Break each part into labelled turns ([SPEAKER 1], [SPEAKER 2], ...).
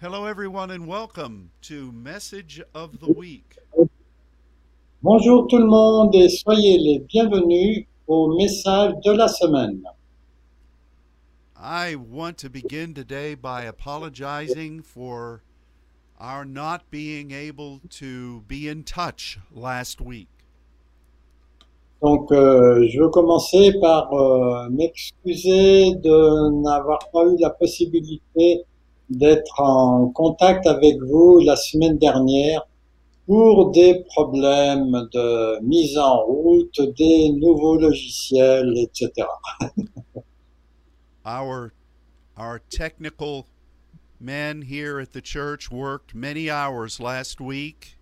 [SPEAKER 1] Hello, everyone, and welcome to Message of the Week.
[SPEAKER 2] Bonjour tout le monde et soyez les bienvenus au message de la semaine.
[SPEAKER 1] I want to begin today by apologizing for our not being able to be in touch last week.
[SPEAKER 2] Donc, euh, je veux commencer par euh, m'excuser de n'avoir pas eu la possibilité d'être en contact avec vous la semaine dernière pour des problèmes de mise en route des nouveaux logiciels, etc.
[SPEAKER 1] Our our technical men here at the church worked many hours last week,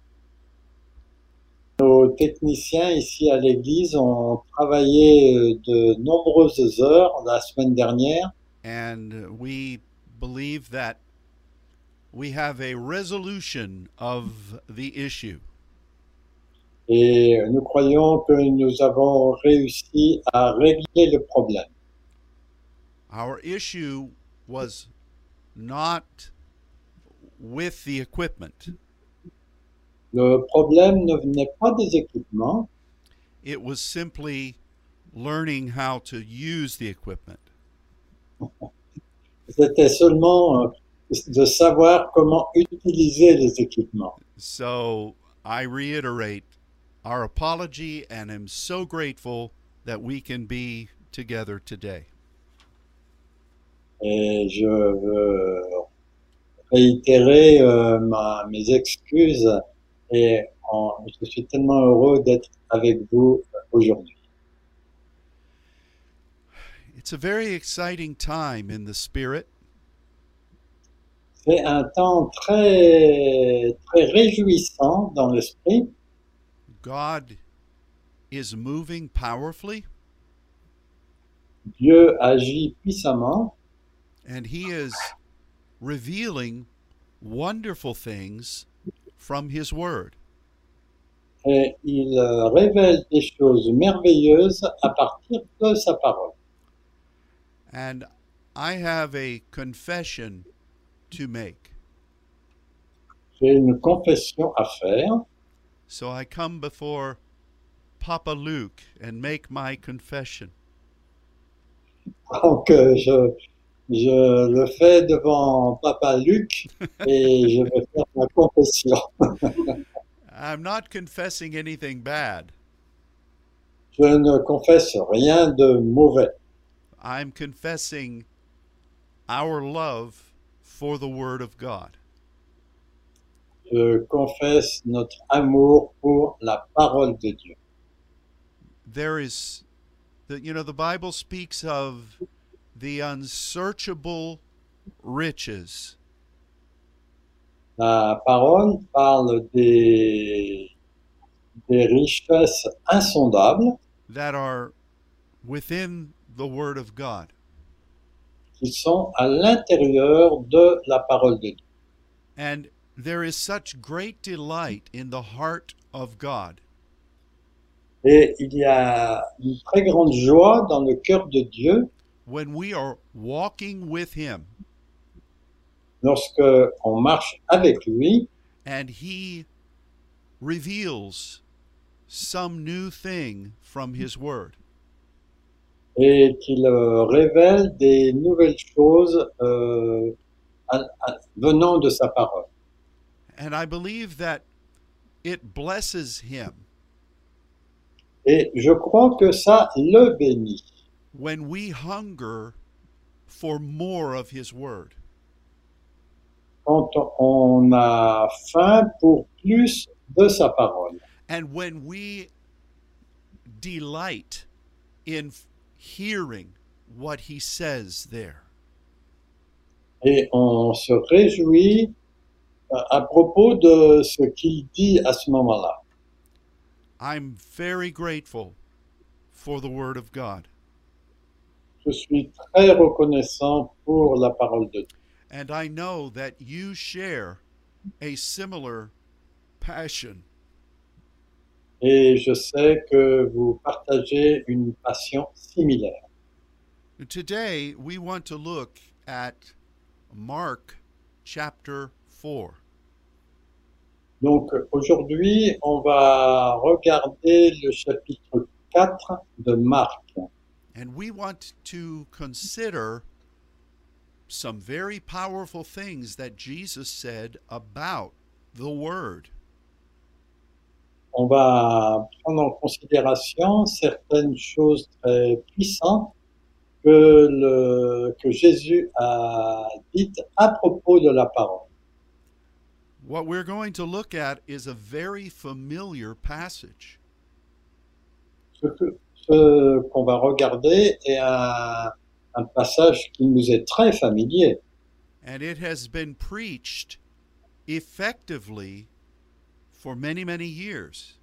[SPEAKER 2] Nos techniciens ici à l'église ont travaillé euh, de nombreuses heures la semaine dernière
[SPEAKER 1] and we believe that we have a resolution of the issue.
[SPEAKER 2] et nous croyons que nous avons réussi à régler le problème.
[SPEAKER 1] Our issue was not with the equipment,
[SPEAKER 2] Le problème ne venait pas des équipements,
[SPEAKER 1] it was simply learning how to use the equipment.
[SPEAKER 2] c'était seulement euh, de savoir comment utiliser les équipements.
[SPEAKER 1] So I reiterate our apology and am so grateful that we can be together today.
[SPEAKER 2] Et je veux réitérer euh, ma- mes excuses et en- je suis tellement heureux d'être avec vous aujourd'hui.
[SPEAKER 1] It's a very exciting time in the spirit.
[SPEAKER 2] C'est un temps très, très réjouissant dans l'esprit.
[SPEAKER 1] God is moving powerfully
[SPEAKER 2] Dieu agit puissamment.
[SPEAKER 1] and he is revealing wonderful things from his word.
[SPEAKER 2] et il euh, révèle des choses merveilleuses à partir de sa parole.
[SPEAKER 1] And I have a confession to make.
[SPEAKER 2] J'ai une confession à faire,
[SPEAKER 1] So I come before Papa Luke and make my confession.
[SPEAKER 2] donc euh, je, je le fais devant Papa Luc et je vais faire ma confession.
[SPEAKER 1] I'm not confessing anything bad.
[SPEAKER 2] Je ne confesse rien de mauvais.
[SPEAKER 1] I'm confessing our love for the Word of God.
[SPEAKER 2] Je confesse notre amour pour la parole de Dieu.
[SPEAKER 1] There is, the, you know, the Bible speaks of the unsearchable riches.
[SPEAKER 2] La parole parle des, des richesses insondables
[SPEAKER 1] that are within the Word of God.
[SPEAKER 2] qui sont à l'intérieur de la parole de Dieu.
[SPEAKER 1] And there is such great delight in the heart of God
[SPEAKER 2] Et il y a une très grande joie dans le cœur de Dieu
[SPEAKER 1] when we are walking with Him
[SPEAKER 2] lorsque on marche avec lui
[SPEAKER 1] and He reveals some new thing from His Word.
[SPEAKER 2] et qu'il euh, révèle des nouvelles choses euh, à- à- venant de sa parole.
[SPEAKER 1] And I believe that it blesses Him
[SPEAKER 2] Et je crois que ça le bénit
[SPEAKER 1] when we hunger for more of His Word.
[SPEAKER 2] quand on a faim pour plus de sa parole
[SPEAKER 1] And when we delight in f- hearing what he says there,
[SPEAKER 2] et on se réjouit euh, à propos de ce qu'il dit à ce moment-là.
[SPEAKER 1] I'm very grateful for the Word of God.
[SPEAKER 2] Je suis très reconnaissant pour la parole de Dieu.
[SPEAKER 1] And I know that you share a similar passion.
[SPEAKER 2] Et je sais que vous partagez une passion similaire.
[SPEAKER 1] Today, we want to look at Mark chapter 4.
[SPEAKER 2] Donc aujourd'hui, on va regarder le chapitre 4 de Marc.
[SPEAKER 1] And we want to consider some very powerful things that Jesus said about the Word.
[SPEAKER 2] On va prendre en considération certaines choses très puissantes que, le- que Jésus a dites à propos de la parole.
[SPEAKER 1] What we're going to look at is a very familiar passage.
[SPEAKER 2] Ce que- ce qu'on va regarder est un, un passage qui nous est très familier.
[SPEAKER 1] and it has been preached effectively for many, many years.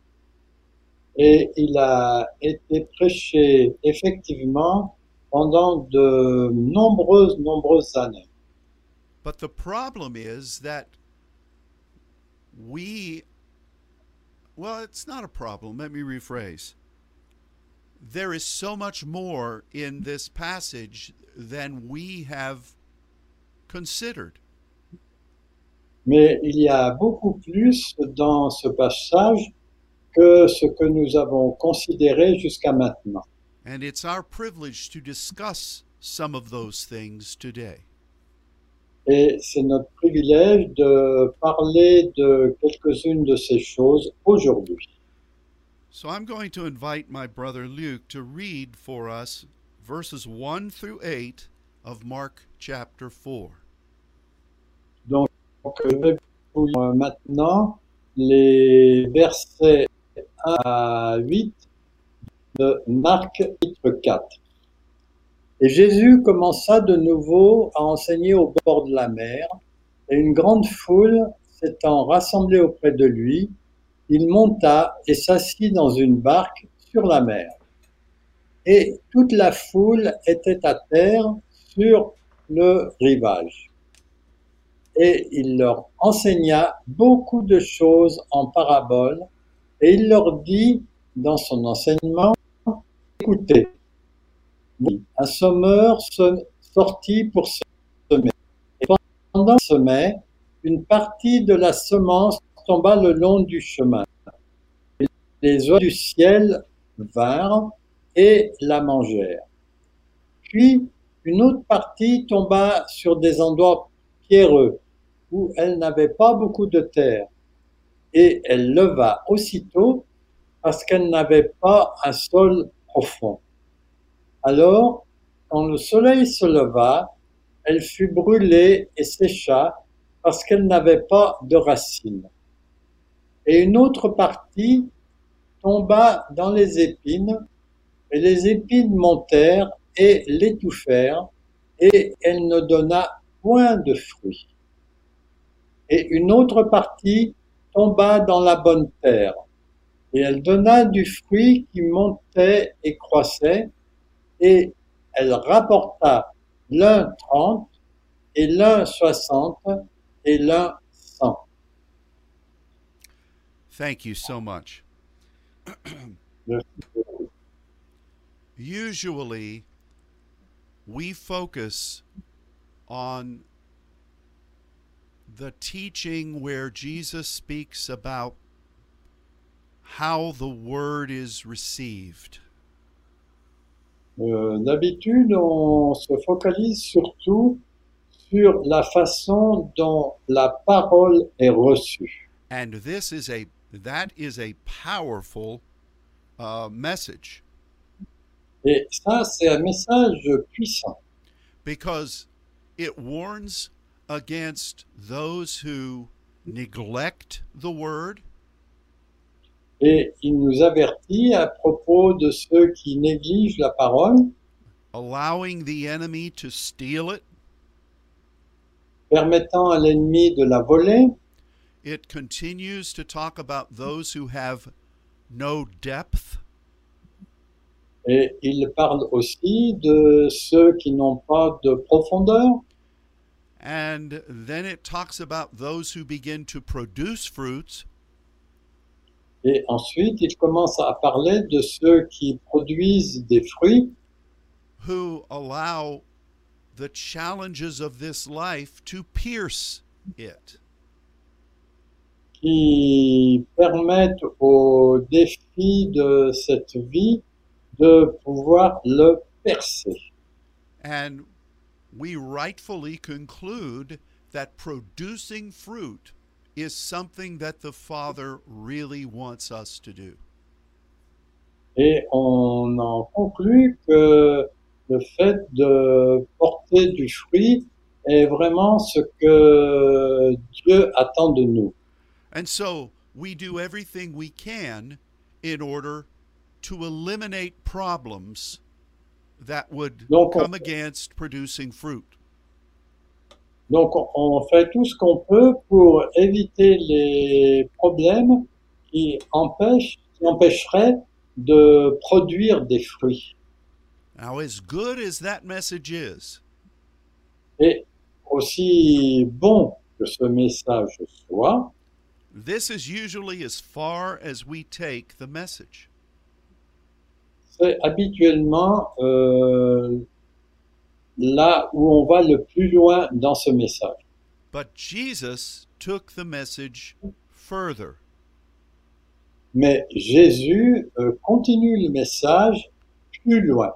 [SPEAKER 2] et il a été prêché effectivement pendant de nombreuses, nombreuses années.
[SPEAKER 1] But the problem is that we, well, it's not a problem. Let me rephrase. There is so much more in this passage than we have considered.
[SPEAKER 2] Mais il y a beaucoup plus dans ce passage que ce que nous avons considéré jusqu'à maintenant.
[SPEAKER 1] And it's our privilege to discuss some of those things today.
[SPEAKER 2] Et c'est notre privilège de parler de quelques-unes de ces choses aujourd'hui.
[SPEAKER 1] So I'm going to invite my brother Luke to read for us verses 1 through 8 of Mark chapter 4.
[SPEAKER 2] Donc, euh, je vais vous lire Euh, maintenant les versets 1 à 8 de Marc chapitre 4. Et Jésus commença de nouveau à enseigner au bord de la mer, et une grande foule s'étant rassemblée auprès de lui, il monta et s'assit dans une barque sur la mer. Et toute la foule était à terre sur le rivage et il leur enseigna beaucoup de choses en paraboles, et il leur dit dans son enseignement, écoutez, voici, un sommeur se- sortit pour semer, et pendant qu'il semait, une partie de la semence tomba le long du chemin. Et Les oiseaux du ciel vinrent et la mangèrent. Puis une autre partie tomba sur des endroits pierreux, où elle n'avait pas beaucoup de terre. Et elle leva aussitôt parce qu'elle n'avait pas un sol profond. Alors, quand le soleil se leva, elle fut brûlée et sécha parce qu'elle n'avait pas de racines. Et une autre partie tomba dans les épines, et les épines montèrent et l'étouffèrent, et elle ne donna point de fruits et une autre partie tomba dans la bonne terre. Et elle donna du fruit qui montait et croissait, et elle rapporta l'un trente, et l'un soixante, et l'un cent.
[SPEAKER 1] Thank you so much. Usually, we focus on the teaching where Jesus speaks about how the word is received.
[SPEAKER 2] Euh, D'habitude, on se focalise surtout sur la façon dont la parole est reçue.
[SPEAKER 1] and this is a that is a powerful uh, message
[SPEAKER 2] Et ça, c'est un message puissant.
[SPEAKER 1] because it warns against those who neglect the word
[SPEAKER 2] Et il nous avertit à propos de ceux qui négligent la parole,
[SPEAKER 1] allowing the enemy to steal it
[SPEAKER 2] permettant à l'ennemi de la voler.
[SPEAKER 1] it continues to talk about those who have no depth
[SPEAKER 2] Et il parle aussi de ceux qui n'ont pas de profondeur.
[SPEAKER 1] and then it talks about those who begin to produce fruits
[SPEAKER 2] Et ensuite, il commence à parler de ceux qui produisent des fruits,
[SPEAKER 1] who allow the challenges of this life to pierce it.
[SPEAKER 2] qui permettent au défi de cette vie de pouvoir le percer.
[SPEAKER 1] And we rightfully conclude that producing fruit is something that the Father really wants us to do.
[SPEAKER 2] Et on en conclut que le fait de porter du fruit est vraiment ce que Dieu attend de nous.
[SPEAKER 1] And so we do everything we can in order to eliminate problems that would
[SPEAKER 2] Donc, on-
[SPEAKER 1] come against producing fruit.
[SPEAKER 2] Donc on- on fait tout ce qu'on peut pour éviter les problèmes qui empêchent, qui empêcheraient de produire des fruits.
[SPEAKER 1] Now, as good as that message is,
[SPEAKER 2] Et aussi bon que ce message soit,
[SPEAKER 1] this is usually as far as we take the message.
[SPEAKER 2] c'est habituellement euh, là où on va le plus loin dans ce message.
[SPEAKER 1] But Jesus took the message further.
[SPEAKER 2] Mais Jésus euh, continue le message plus loin.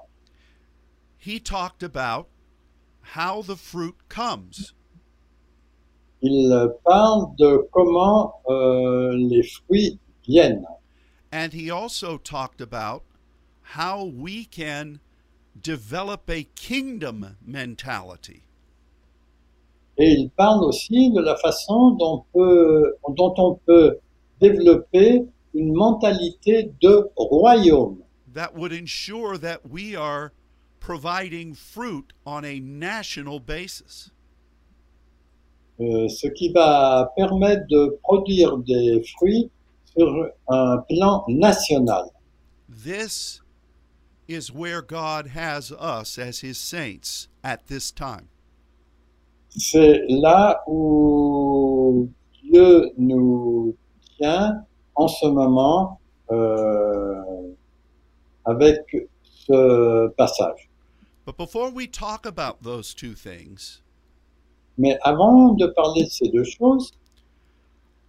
[SPEAKER 1] He talked about how the fruit comes.
[SPEAKER 2] Il parle de comment euh, les fruits viennent.
[SPEAKER 1] And he also talked about how we can develop a kingdom mentality.
[SPEAKER 2] Et il parle aussi de la façon dont, peut- dont on peut développer une mentalité de royaume
[SPEAKER 1] that would ensure that we are providing fruit on a national basis.
[SPEAKER 2] Euh, ce qui va permettre de produire des fruits sur un plan national.
[SPEAKER 1] This is where God has us as his saints at this time.
[SPEAKER 2] C'est là où Dieu nous tient en ce moment euh, avec ce passage.
[SPEAKER 1] But before we talk about those two things,
[SPEAKER 2] Mais avant de parler de ces deux choses,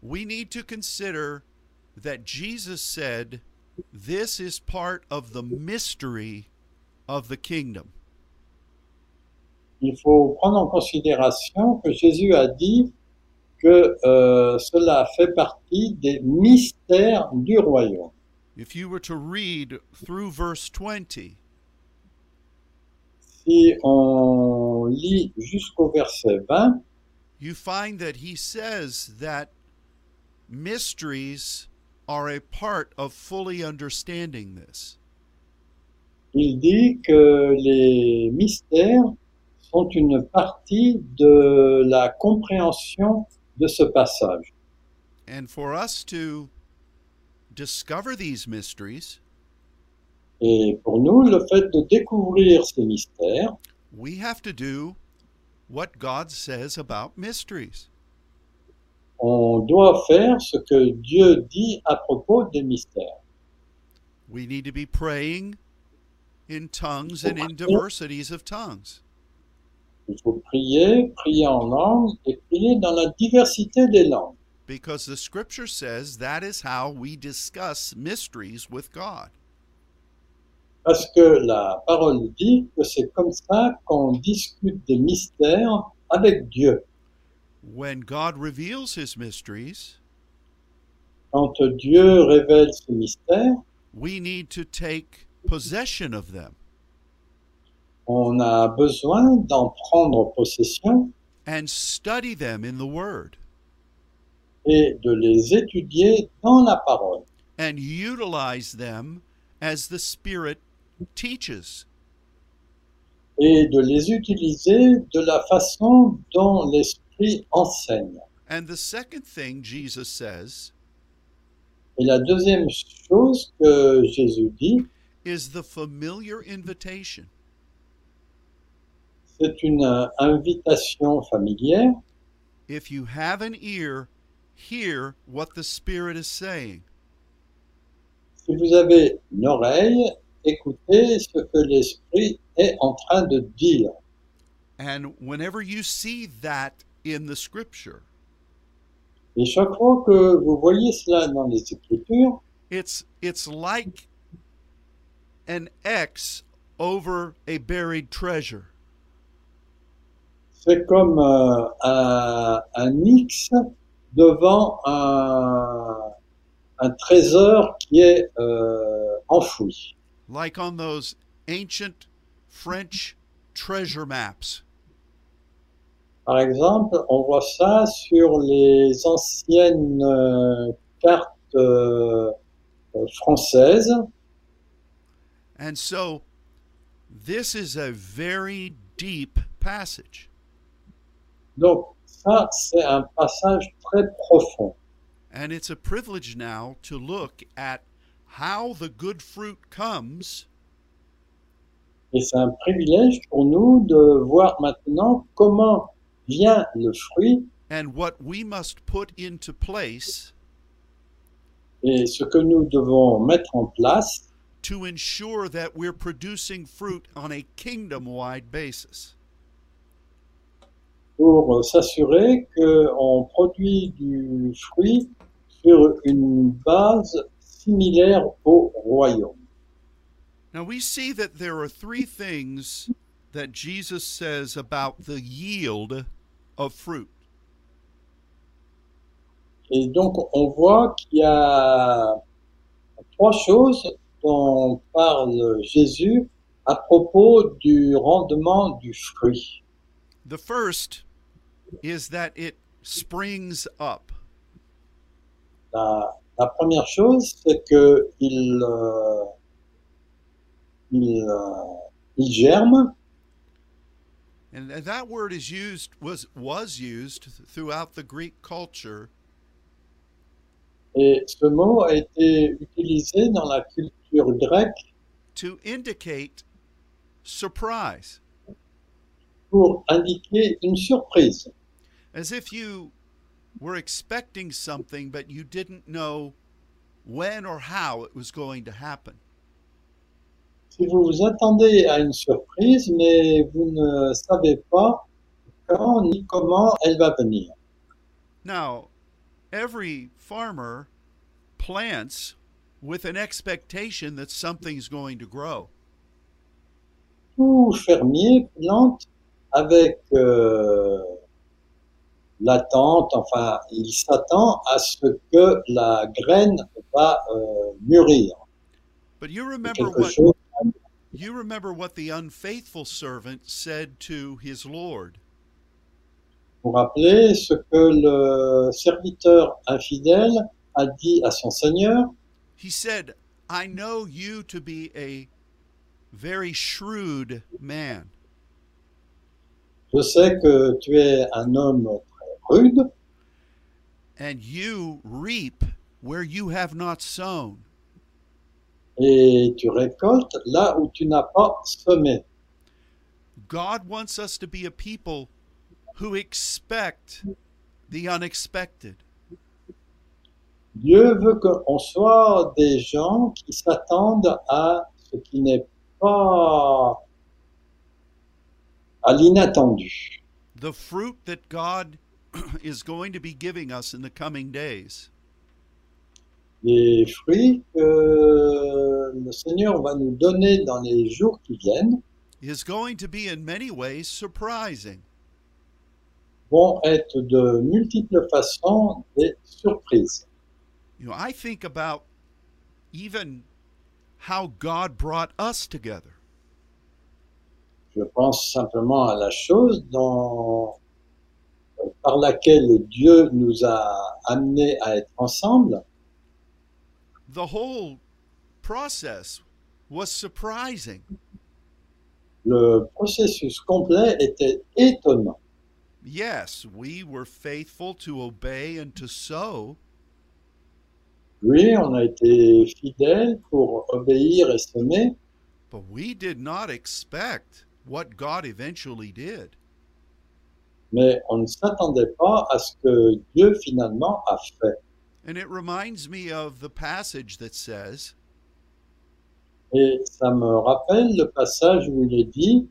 [SPEAKER 1] we need to consider that Jesus said this is part of the mystery of the kingdom.
[SPEAKER 2] il faut prendre en considération que Jésus a dit que euh, cela fait partie des mystères du royaume.
[SPEAKER 1] If you were to read through verse 20,
[SPEAKER 2] Si on lit jusqu'au verset 20,
[SPEAKER 1] you find that he says that mysteries are a part of fully understanding this.
[SPEAKER 2] il dit que les mystères sont une partie de la compréhension de ce passage.
[SPEAKER 1] And for us to discover these mysteries,
[SPEAKER 2] Et pour nous, le fait de découvrir ces mystères,
[SPEAKER 1] we have to do what God says about mysteries.
[SPEAKER 2] on doit faire ce que Dieu dit à propos des mystères.
[SPEAKER 1] We need to be praying in tongues and in diversities of tongues.
[SPEAKER 2] Il faut prier, prier en langue et prier dans la diversité des langues.
[SPEAKER 1] Because the scripture says that is how we discuss mysteries with God.
[SPEAKER 2] Parce que la parole dit que c'est comme ça qu'on discute des mystères avec Dieu.
[SPEAKER 1] When God reveals his mysteries,
[SPEAKER 2] Quand Dieu révèle ce mystère,
[SPEAKER 1] we need to take possession of them
[SPEAKER 2] on a besoin d'en prendre possession
[SPEAKER 1] and study them in the Word
[SPEAKER 2] et de les étudier dans la parole
[SPEAKER 1] and utilize them as the Spirit teaches.
[SPEAKER 2] et de les utiliser de la façon dont l'Esprit enseigne.
[SPEAKER 1] And the second thing Jesus says
[SPEAKER 2] Et la deuxième chose que Jésus dit,
[SPEAKER 1] is the familiar invitation.
[SPEAKER 2] c'est une euh, invitation familière.
[SPEAKER 1] If you have an ear, hear what the Spirit is saying.
[SPEAKER 2] Si vous avez une oreille, écoutez ce que l'Esprit est en train de dire.
[SPEAKER 1] And whenever you see that in the Scripture,
[SPEAKER 2] Et chaque fois que vous voyez cela dans les Écritures,
[SPEAKER 1] It's it's like an X over a buried treasure.
[SPEAKER 2] c'est comme euh, un, un X devant un, un trésor qui est euh, enfoui.
[SPEAKER 1] like on those ancient French treasure maps.
[SPEAKER 2] Par exemple, on voit ça sur les anciennes euh, cartes euh, euh, françaises.
[SPEAKER 1] And so this is a very deep passage.
[SPEAKER 2] Donc ça, c'est un passage très profond.
[SPEAKER 1] And it's a privilege now to look at how the good fruit comes
[SPEAKER 2] Et c'est un privilège pour nous de voir maintenant comment vient le fruit
[SPEAKER 1] and what we must put into place
[SPEAKER 2] et ce que nous devons mettre en place
[SPEAKER 1] to ensure that we're producing fruit on a kingdom wide basis.
[SPEAKER 2] pour euh, s'assurer qu'on produit du fruit sur une base similaire au royaume.
[SPEAKER 1] Now we see that there are three things that Jesus says about the yield of fruit.
[SPEAKER 2] Et donc, on voit qu'il y a trois choses dont parle Jésus à propos du rendement du fruit.
[SPEAKER 1] The first is that it springs up.
[SPEAKER 2] La, la première chose, c'est que il, euh, il, euh, il germe.
[SPEAKER 1] And th- that word is used was was used throughout the Greek culture
[SPEAKER 2] Et ce mot a été utilisé dans la culture grecque
[SPEAKER 1] to indicate surprise,
[SPEAKER 2] pour indiquer une surprise,
[SPEAKER 1] as if you were expecting something but you didn't know when or how it was going to happen.
[SPEAKER 2] si vous vous attendez à une surprise, mais vous ne savez pas quand ni comment elle va venir.
[SPEAKER 1] Now, every farmer plants with an expectation that something's going to grow.
[SPEAKER 2] Tout fermier plante avec euh, l'attente, enfin, il s'attend à ce que la graine va euh, mûrir.
[SPEAKER 1] But you
[SPEAKER 2] C'est
[SPEAKER 1] remember
[SPEAKER 2] Quelque
[SPEAKER 1] what
[SPEAKER 2] chose.
[SPEAKER 1] You remember what the unfaithful servant said to his Lord
[SPEAKER 2] Vous rappelez ce que le serviteur infidèle a dit à son Seigneur
[SPEAKER 1] He said, I know you to be a very shrewd man,
[SPEAKER 2] Je sais que tu es un homme très rude
[SPEAKER 1] and you reap where you have not sown.
[SPEAKER 2] et tu récoltes là où tu n'as pas semé.
[SPEAKER 1] God wants us to be a people who expect the unexpected.
[SPEAKER 2] Dieu veut qu'on soit des gens qui s'attendent à ce qui n'est pas à l'inattendu.
[SPEAKER 1] The fruit that God is going to be giving us in the coming days
[SPEAKER 2] Les fruits que le Seigneur va nous donner dans les jours qui viennent
[SPEAKER 1] is going to be in many ways surprising.
[SPEAKER 2] vont être de multiples façons des surprises.
[SPEAKER 1] You know, I think about even how God brought us together.
[SPEAKER 2] Je pense simplement à la chose dont, euh, par laquelle Dieu nous a amenés à être ensemble.
[SPEAKER 1] The whole process was surprising,
[SPEAKER 2] Le processus complet était étonnant.
[SPEAKER 1] yes, we were faithful to obey and to sow,
[SPEAKER 2] Oui, on a été fidèles pour obéir et semer,
[SPEAKER 1] but we did not expect what God eventually did.
[SPEAKER 2] mais on ne s'attendait pas à ce que Dieu finalement a fait.
[SPEAKER 1] And it reminds me of the passage that says,
[SPEAKER 2] Et ça me rappelle le passage où il est dit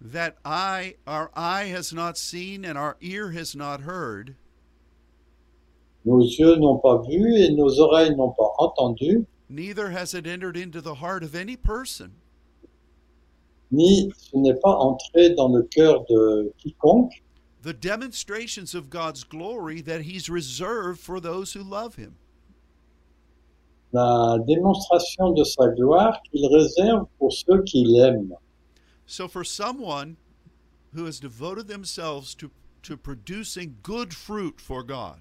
[SPEAKER 1] That eye, our eye has not seen and our ear has not heard,
[SPEAKER 2] Nos yeux n'ont pas vu et nos oreilles n'ont pas entendu,
[SPEAKER 1] neither has it entered into the heart of any person
[SPEAKER 2] ni ce n'est pas entré dans le cœur de quiconque
[SPEAKER 1] the demonstrations of God's glory that He's reserved for those who love Him.
[SPEAKER 2] la démonstration de sa gloire qu'il réserve pour ceux qui l'aiment.
[SPEAKER 1] So, for someone who has devoted themselves to, to producing good fruit for God,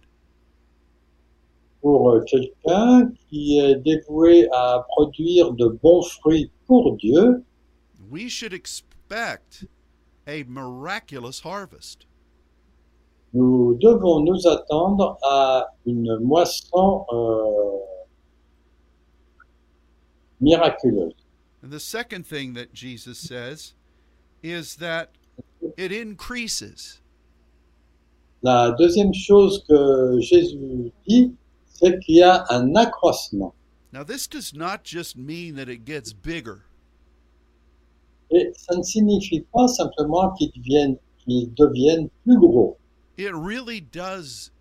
[SPEAKER 2] Pour euh, quelqu'un qui est dévoué à produire de bons fruits pour Dieu,
[SPEAKER 1] we should expect a miraculous harvest.
[SPEAKER 2] nous devons nous attendre à une moisson euh, miraculeuse.
[SPEAKER 1] And the second thing that Jesus says is that it increases.
[SPEAKER 2] La deuxième chose que Jésus dit, c'est qu'il y a un accroissement.
[SPEAKER 1] Now, this does not just mean that it gets bigger,
[SPEAKER 2] Et ça ne signifie pas simplement qu'ils deviennent, qu'ils deviennent plus gros.
[SPEAKER 1] it really does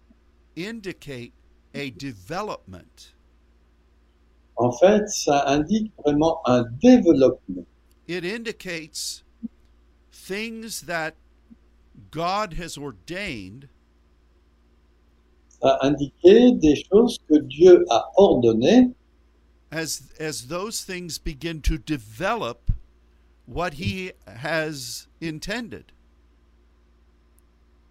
[SPEAKER 1] indicate a development.
[SPEAKER 2] En fait, ça indique vraiment un développement.
[SPEAKER 1] it indicates things that God has ordained
[SPEAKER 2] Ça indiquait des choses que Dieu a ordonnées.
[SPEAKER 1] as as those things begin to develop what he has intended.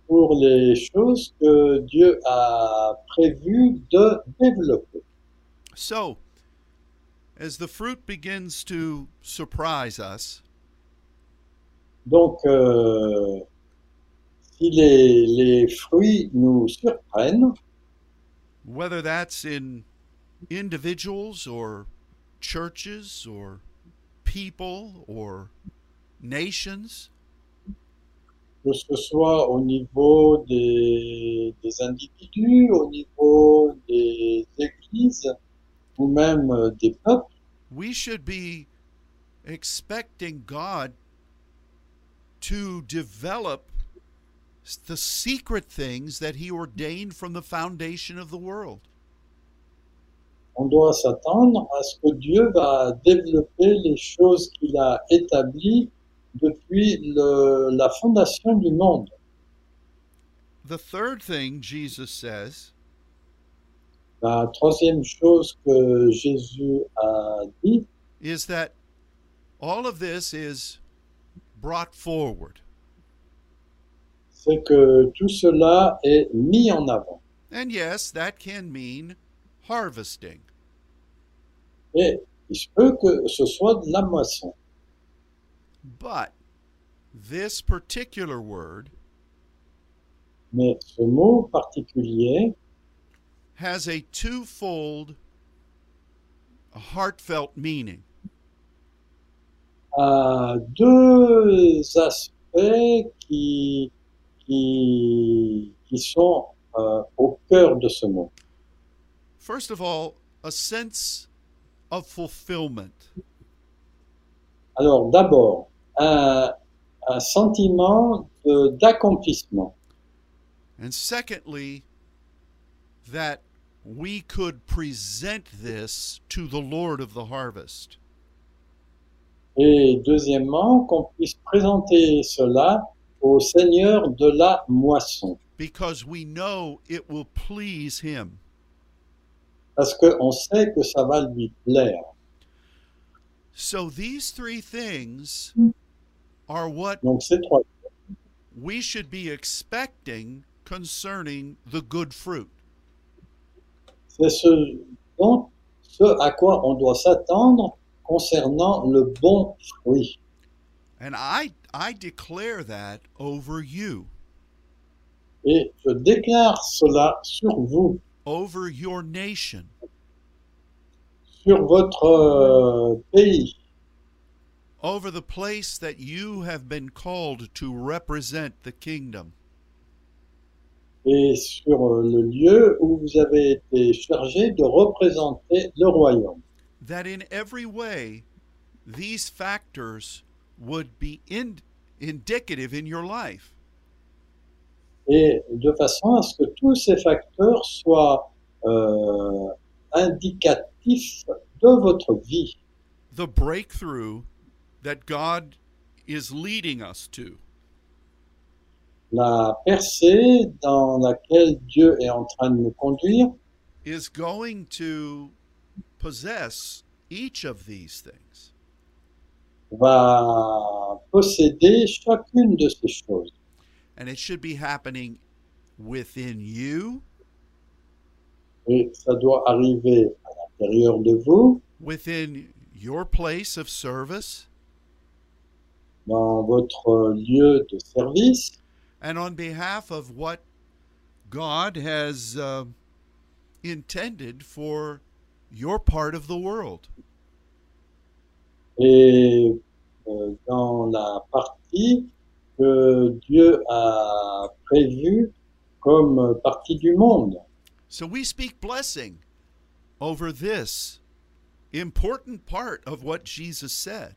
[SPEAKER 2] pour les choses que Dieu a prévu de développer.
[SPEAKER 1] So, as the fruit begins to surprise us,
[SPEAKER 2] Donc, euh, si les, les fruits nous surprennent,
[SPEAKER 1] whether that's in individuals or churches or people or nations,
[SPEAKER 2] que ce soit au niveau des, des individus, au niveau des églises ou même euh, des peuples,
[SPEAKER 1] we should be expecting God to develop s- the secret things that He ordained from the foundation of the world.
[SPEAKER 2] on doit s'attendre à ce que Dieu va développer les choses qu'il a établies depuis le- la fondation du monde.
[SPEAKER 1] The third thing Jesus says
[SPEAKER 2] La troisième chose que Jésus a dit,
[SPEAKER 1] is that all of this is brought forward.
[SPEAKER 2] c'est que tout cela est mis en avant.
[SPEAKER 1] And yes, that can mean harvesting.
[SPEAKER 2] Et il se peut que ce soit de la moisson.
[SPEAKER 1] But this particular word
[SPEAKER 2] Mais ce mot particulier
[SPEAKER 1] has a twofold heartfelt meaning.
[SPEAKER 2] a deux aspects qui, qui, qui sont euh, au cœur de ce mot.
[SPEAKER 1] First of all, a sense of fulfillment.
[SPEAKER 2] Alors d'abord, un, un sentiment de- d'accomplissement.
[SPEAKER 1] And secondly, that we could present this to the Lord of the harvest.
[SPEAKER 2] Et deuxièmement, qu'on puisse présenter cela au Seigneur de la moisson.
[SPEAKER 1] Because we know it will please him.
[SPEAKER 2] Parce qu'on sait que ça va lui plaire.
[SPEAKER 1] So these three things are what
[SPEAKER 2] Donc ces trois.
[SPEAKER 1] we should be expecting concerning the good fruit.
[SPEAKER 2] C'est ce, dont- ce à quoi on doit s'attendre concernant le bon fruit.
[SPEAKER 1] And I I declare that over you,
[SPEAKER 2] Et je déclare cela sur vous,
[SPEAKER 1] over your nation,
[SPEAKER 2] sur votre euh, pays,
[SPEAKER 1] over the place that you have been called to represent the kingdom.
[SPEAKER 2] et sur euh, le lieu où vous avez été chargé de représenter le royaume.
[SPEAKER 1] That in every way, these factors would be in, indicative in your life.
[SPEAKER 2] Et de façon à ce que tous tous ces facteurs soient euh, indicatifs de votre vie.
[SPEAKER 1] the breakthrough that God is leading us to.
[SPEAKER 2] La percée dans laquelle Dieu est en train de nous conduire
[SPEAKER 1] is going to possess each of these things.
[SPEAKER 2] va posséder chacune de ces choses.
[SPEAKER 1] And it should be happening within you,
[SPEAKER 2] Et ça doit arriver à l'intérieur de vous,
[SPEAKER 1] within your place of service,
[SPEAKER 2] dans votre lieu de service,
[SPEAKER 1] and on behalf of what God has uh, intended for your part of the world.
[SPEAKER 2] et euh, dans la partie que Dieu a prévue comme partie du monde.
[SPEAKER 1] So we speak blessing over this important part of what Jesus said.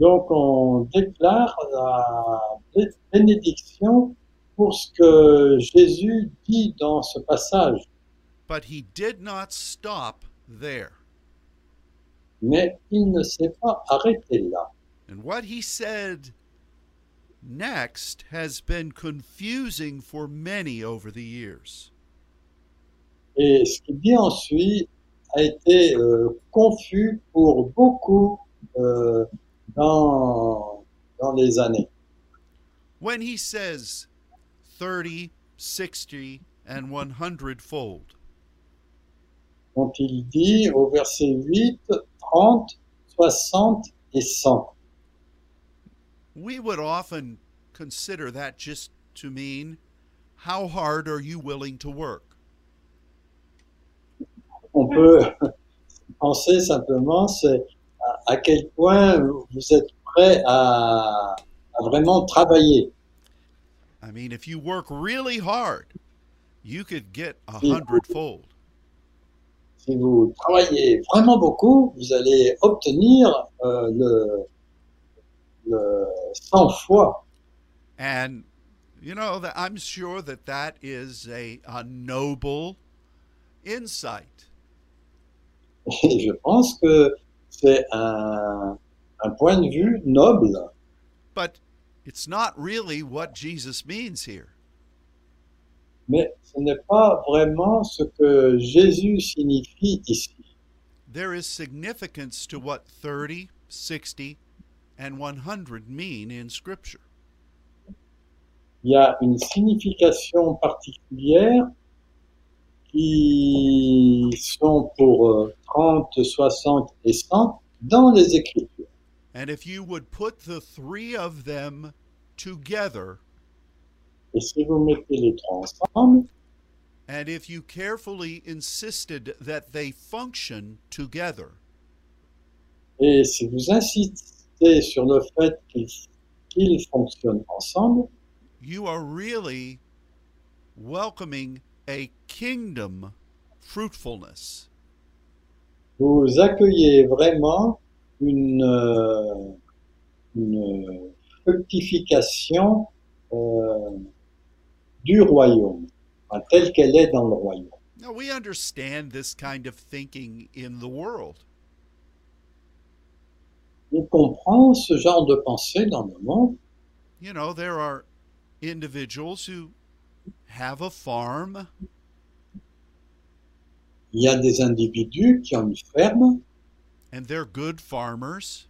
[SPEAKER 2] Donc on déclare la bé- bénédiction pour ce que Jésus dit dans ce passage,
[SPEAKER 1] But he did not stop there.
[SPEAKER 2] mais il ne s'est pas arrêté là.
[SPEAKER 1] And what he said next has been confusing for many over the years.
[SPEAKER 2] Et ce qu'il dit ensuite a été euh, confus pour beaucoup euh, dans, dans les années.
[SPEAKER 1] When he says 30, 60, and 100 fold,
[SPEAKER 2] dont il dit au verset 8, 30, 60 et 100.
[SPEAKER 1] we would often consider that just to mean how hard are you willing to work?
[SPEAKER 2] On peut penser simplement c'est à, à quel point vous êtes prêt à, à vraiment travailler.
[SPEAKER 1] I mean, if you work really hard, you could get a hundredfold.
[SPEAKER 2] Si vous travaillez vraiment beaucoup, vous allez obtenir euh, le, le 100 fois.
[SPEAKER 1] And you know that I'm sure that that is a, a noble insight.
[SPEAKER 2] Et je pense que c'est un, un point de vue noble.
[SPEAKER 1] But it's not really what Jesus means here.
[SPEAKER 2] Mais ce n'est pas vraiment ce que Jésus signifie ici.
[SPEAKER 1] There is significance to what 30, 60, and 100 mean in Scripture.
[SPEAKER 2] Il y a une signification particulière qui sont pour euh, 30, 60 et 100 dans les Écritures.
[SPEAKER 1] And if you would put the three of them together,
[SPEAKER 2] Et si vous mettez les trois ensemble,
[SPEAKER 1] and if you carefully insisted that they function together,
[SPEAKER 2] et si vous insistez sur le fait qu'ils qu'ils fonctionnent ensemble,
[SPEAKER 1] you are really welcoming a kingdom fruitfulness.
[SPEAKER 2] vous accueillez vraiment une, euh, une fructification euh, du royaume, hein, telle qu'elle est dans le royaume.
[SPEAKER 1] Now, we understand this kind of thinking in the world,
[SPEAKER 2] On comprend ce genre de pensée dans le monde.
[SPEAKER 1] you know, there are individuals who have a farm
[SPEAKER 2] Il y a des individus qui ont une ferme
[SPEAKER 1] and they're good farmers.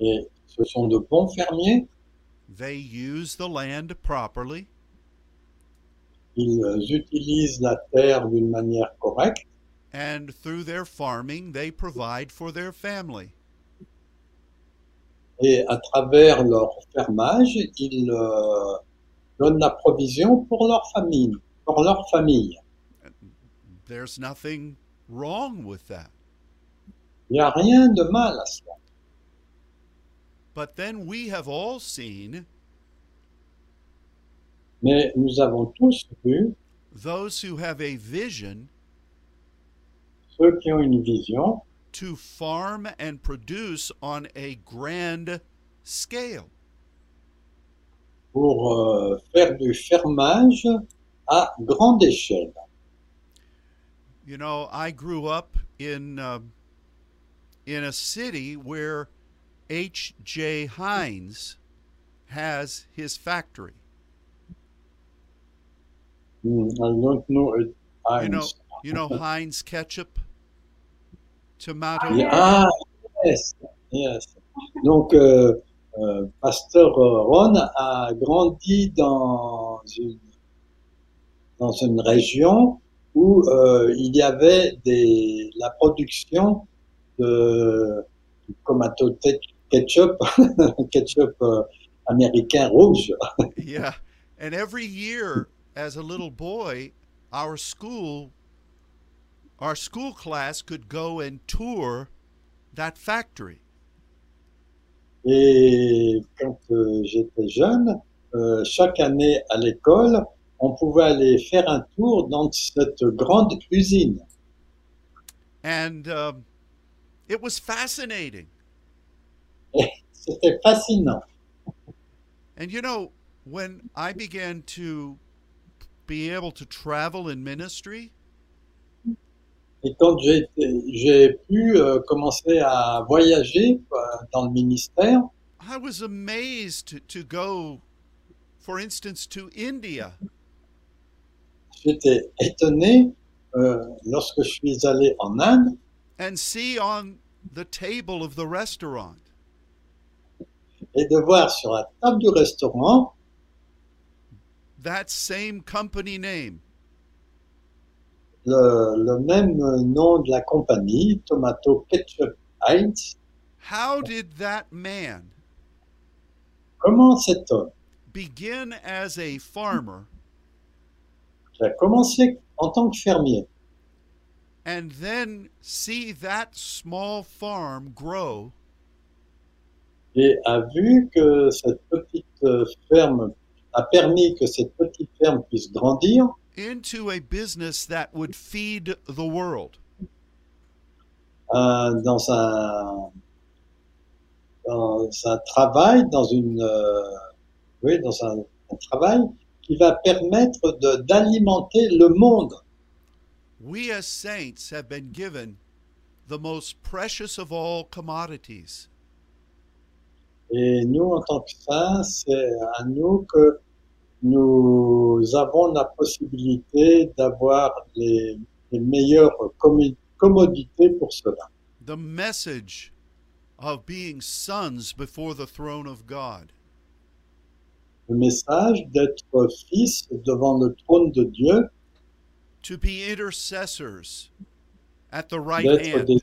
[SPEAKER 2] et ce sont de bons fermiers.
[SPEAKER 1] They use the land properly.
[SPEAKER 2] Ils euh, utilisent la terre d'une manière correcte
[SPEAKER 1] And through their farming, they provide for their family.
[SPEAKER 2] et à travers leur fermage, ils euh, donnent la provision pour leur famille, pour leur famille.
[SPEAKER 1] There's nothing wrong with that.
[SPEAKER 2] Il n'y a rien de mal à cela.
[SPEAKER 1] But then we have all seen
[SPEAKER 2] Mais nous avons tous vu
[SPEAKER 1] those who have a vision
[SPEAKER 2] ceux qui ont une vision
[SPEAKER 1] to farm and produce on a grand scale.
[SPEAKER 2] pour euh, faire du fermage à grande échelle.
[SPEAKER 1] You know, I grew up in uh, in a city where H.J. Heinz has his factory.
[SPEAKER 2] Hmm, I don't know it.
[SPEAKER 1] You know,
[SPEAKER 2] Heinz.
[SPEAKER 1] you know Heinz ketchup, tomato.
[SPEAKER 2] Yeah, Ah, yes, yes. Donc, euh, euh, Pasteur Ron a grandi dans une, dans une région où euh, il y avait des, la production de du tomato te- ketchup, ketchup euh, américain rouge.
[SPEAKER 1] Yeah. And every year as a little boy, our school our school class could go and tour that factory.
[SPEAKER 2] Et quand euh, j'étais jeune, euh, chaque année à l'école, on pouvait aller faire un tour dans cette grande usine.
[SPEAKER 1] And um, it was fascinating.
[SPEAKER 2] C'était fascinant.
[SPEAKER 1] And you know, when I began to be able to travel in ministry,
[SPEAKER 2] Et quand j'ai été- j'ai pu euh, commencer à voyager euh, dans le ministère,
[SPEAKER 1] I was amazed to, to go, for instance, to India.
[SPEAKER 2] j'étais étonné euh, lorsque je suis allé en Inde
[SPEAKER 1] and see on the table of the restaurant
[SPEAKER 2] et de voir sur la table du restaurant
[SPEAKER 1] that same company name.
[SPEAKER 2] le, le même nom de la compagnie, Tomato Ketchup Heinz.
[SPEAKER 1] How did that man
[SPEAKER 2] Comment cet homme
[SPEAKER 1] begin as a farmer
[SPEAKER 2] qui a commencé en tant que fermier
[SPEAKER 1] and then see that small farm grow
[SPEAKER 2] et a vu que cette petite euh, ferme a permis que cette petite ferme puisse grandir
[SPEAKER 1] into a business that would feed the world?
[SPEAKER 2] un- euh, dans un dans un travail, dans une euh, oui, dans un, un travail qui va permettre de- d'alimenter le monde.
[SPEAKER 1] We as saints have been given the most precious of all commodities
[SPEAKER 2] Et nous, en tant que saints, c'est à nous que nous avons la possibilité d'avoir les, les meilleures commu- commodités pour cela.
[SPEAKER 1] the message of being sons before the throne of God.
[SPEAKER 2] Le message d'être fils devant le trône de Dieu,
[SPEAKER 1] to be intercessors at the right
[SPEAKER 2] d'être
[SPEAKER 1] hand.
[SPEAKER 2] des,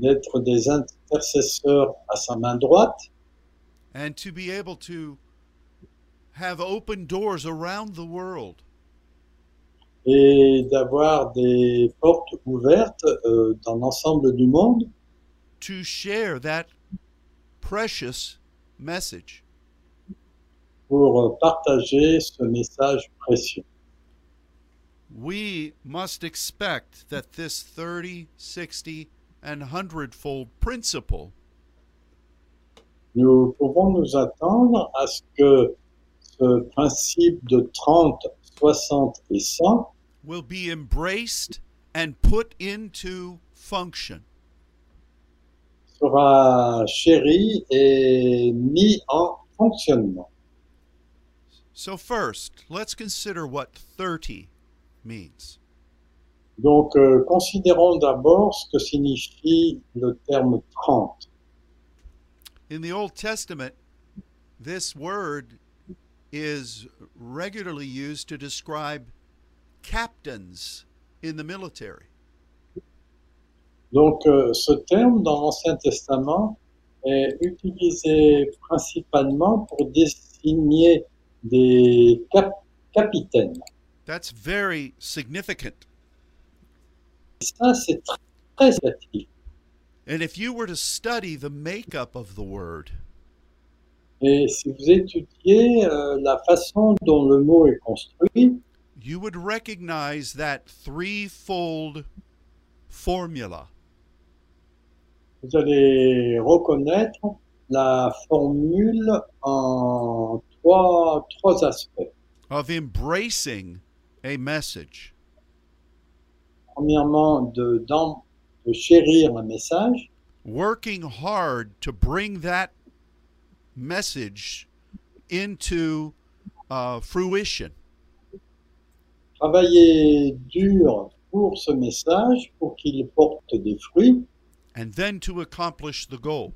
[SPEAKER 2] d'être des intercesseurs à sa main droite
[SPEAKER 1] And to be able to have open doors around the world
[SPEAKER 2] et d'avoir des portes ouvertes euh, dans l'ensemble du monde
[SPEAKER 1] to share that precious message.
[SPEAKER 2] pour euh, partager ce message précieux.
[SPEAKER 1] We must expect that this 30, 60, and 100 fold principle
[SPEAKER 2] Nous pouvons nous attendre à ce que ce principe de 30, 60 et 100
[SPEAKER 1] will be embraced and put into function.
[SPEAKER 2] sera chéri et mis en fonctionnement.
[SPEAKER 1] So, first, let's consider what 30 means.
[SPEAKER 2] Donc, euh, considérons d'abord ce que signifie le terme 30.
[SPEAKER 1] In the Old Testament, this word is regularly used to describe captains in the military.
[SPEAKER 2] Donc, euh, ce terme dans l'Ancien Testament est utilisé principalement pour désigner des cap- capitaines.
[SPEAKER 1] That's very significant.
[SPEAKER 2] Et ça, c'est tr- très significatif.
[SPEAKER 1] And if you were to study the makeup of the word,
[SPEAKER 2] Et si vous étudiez euh, la façon dont le mot est construit,
[SPEAKER 1] you would recognize that threefold formula.
[SPEAKER 2] vous allez reconnaître la formule en trois, trois aspects.
[SPEAKER 1] of embracing a message.
[SPEAKER 2] Premièrement, de, d'en- de chérir un message,
[SPEAKER 1] working hard to bring that message into uh, fruition.
[SPEAKER 2] travailler dur pour ce message, pour qu'il porte des fruits,
[SPEAKER 1] and then to accomplish the goal.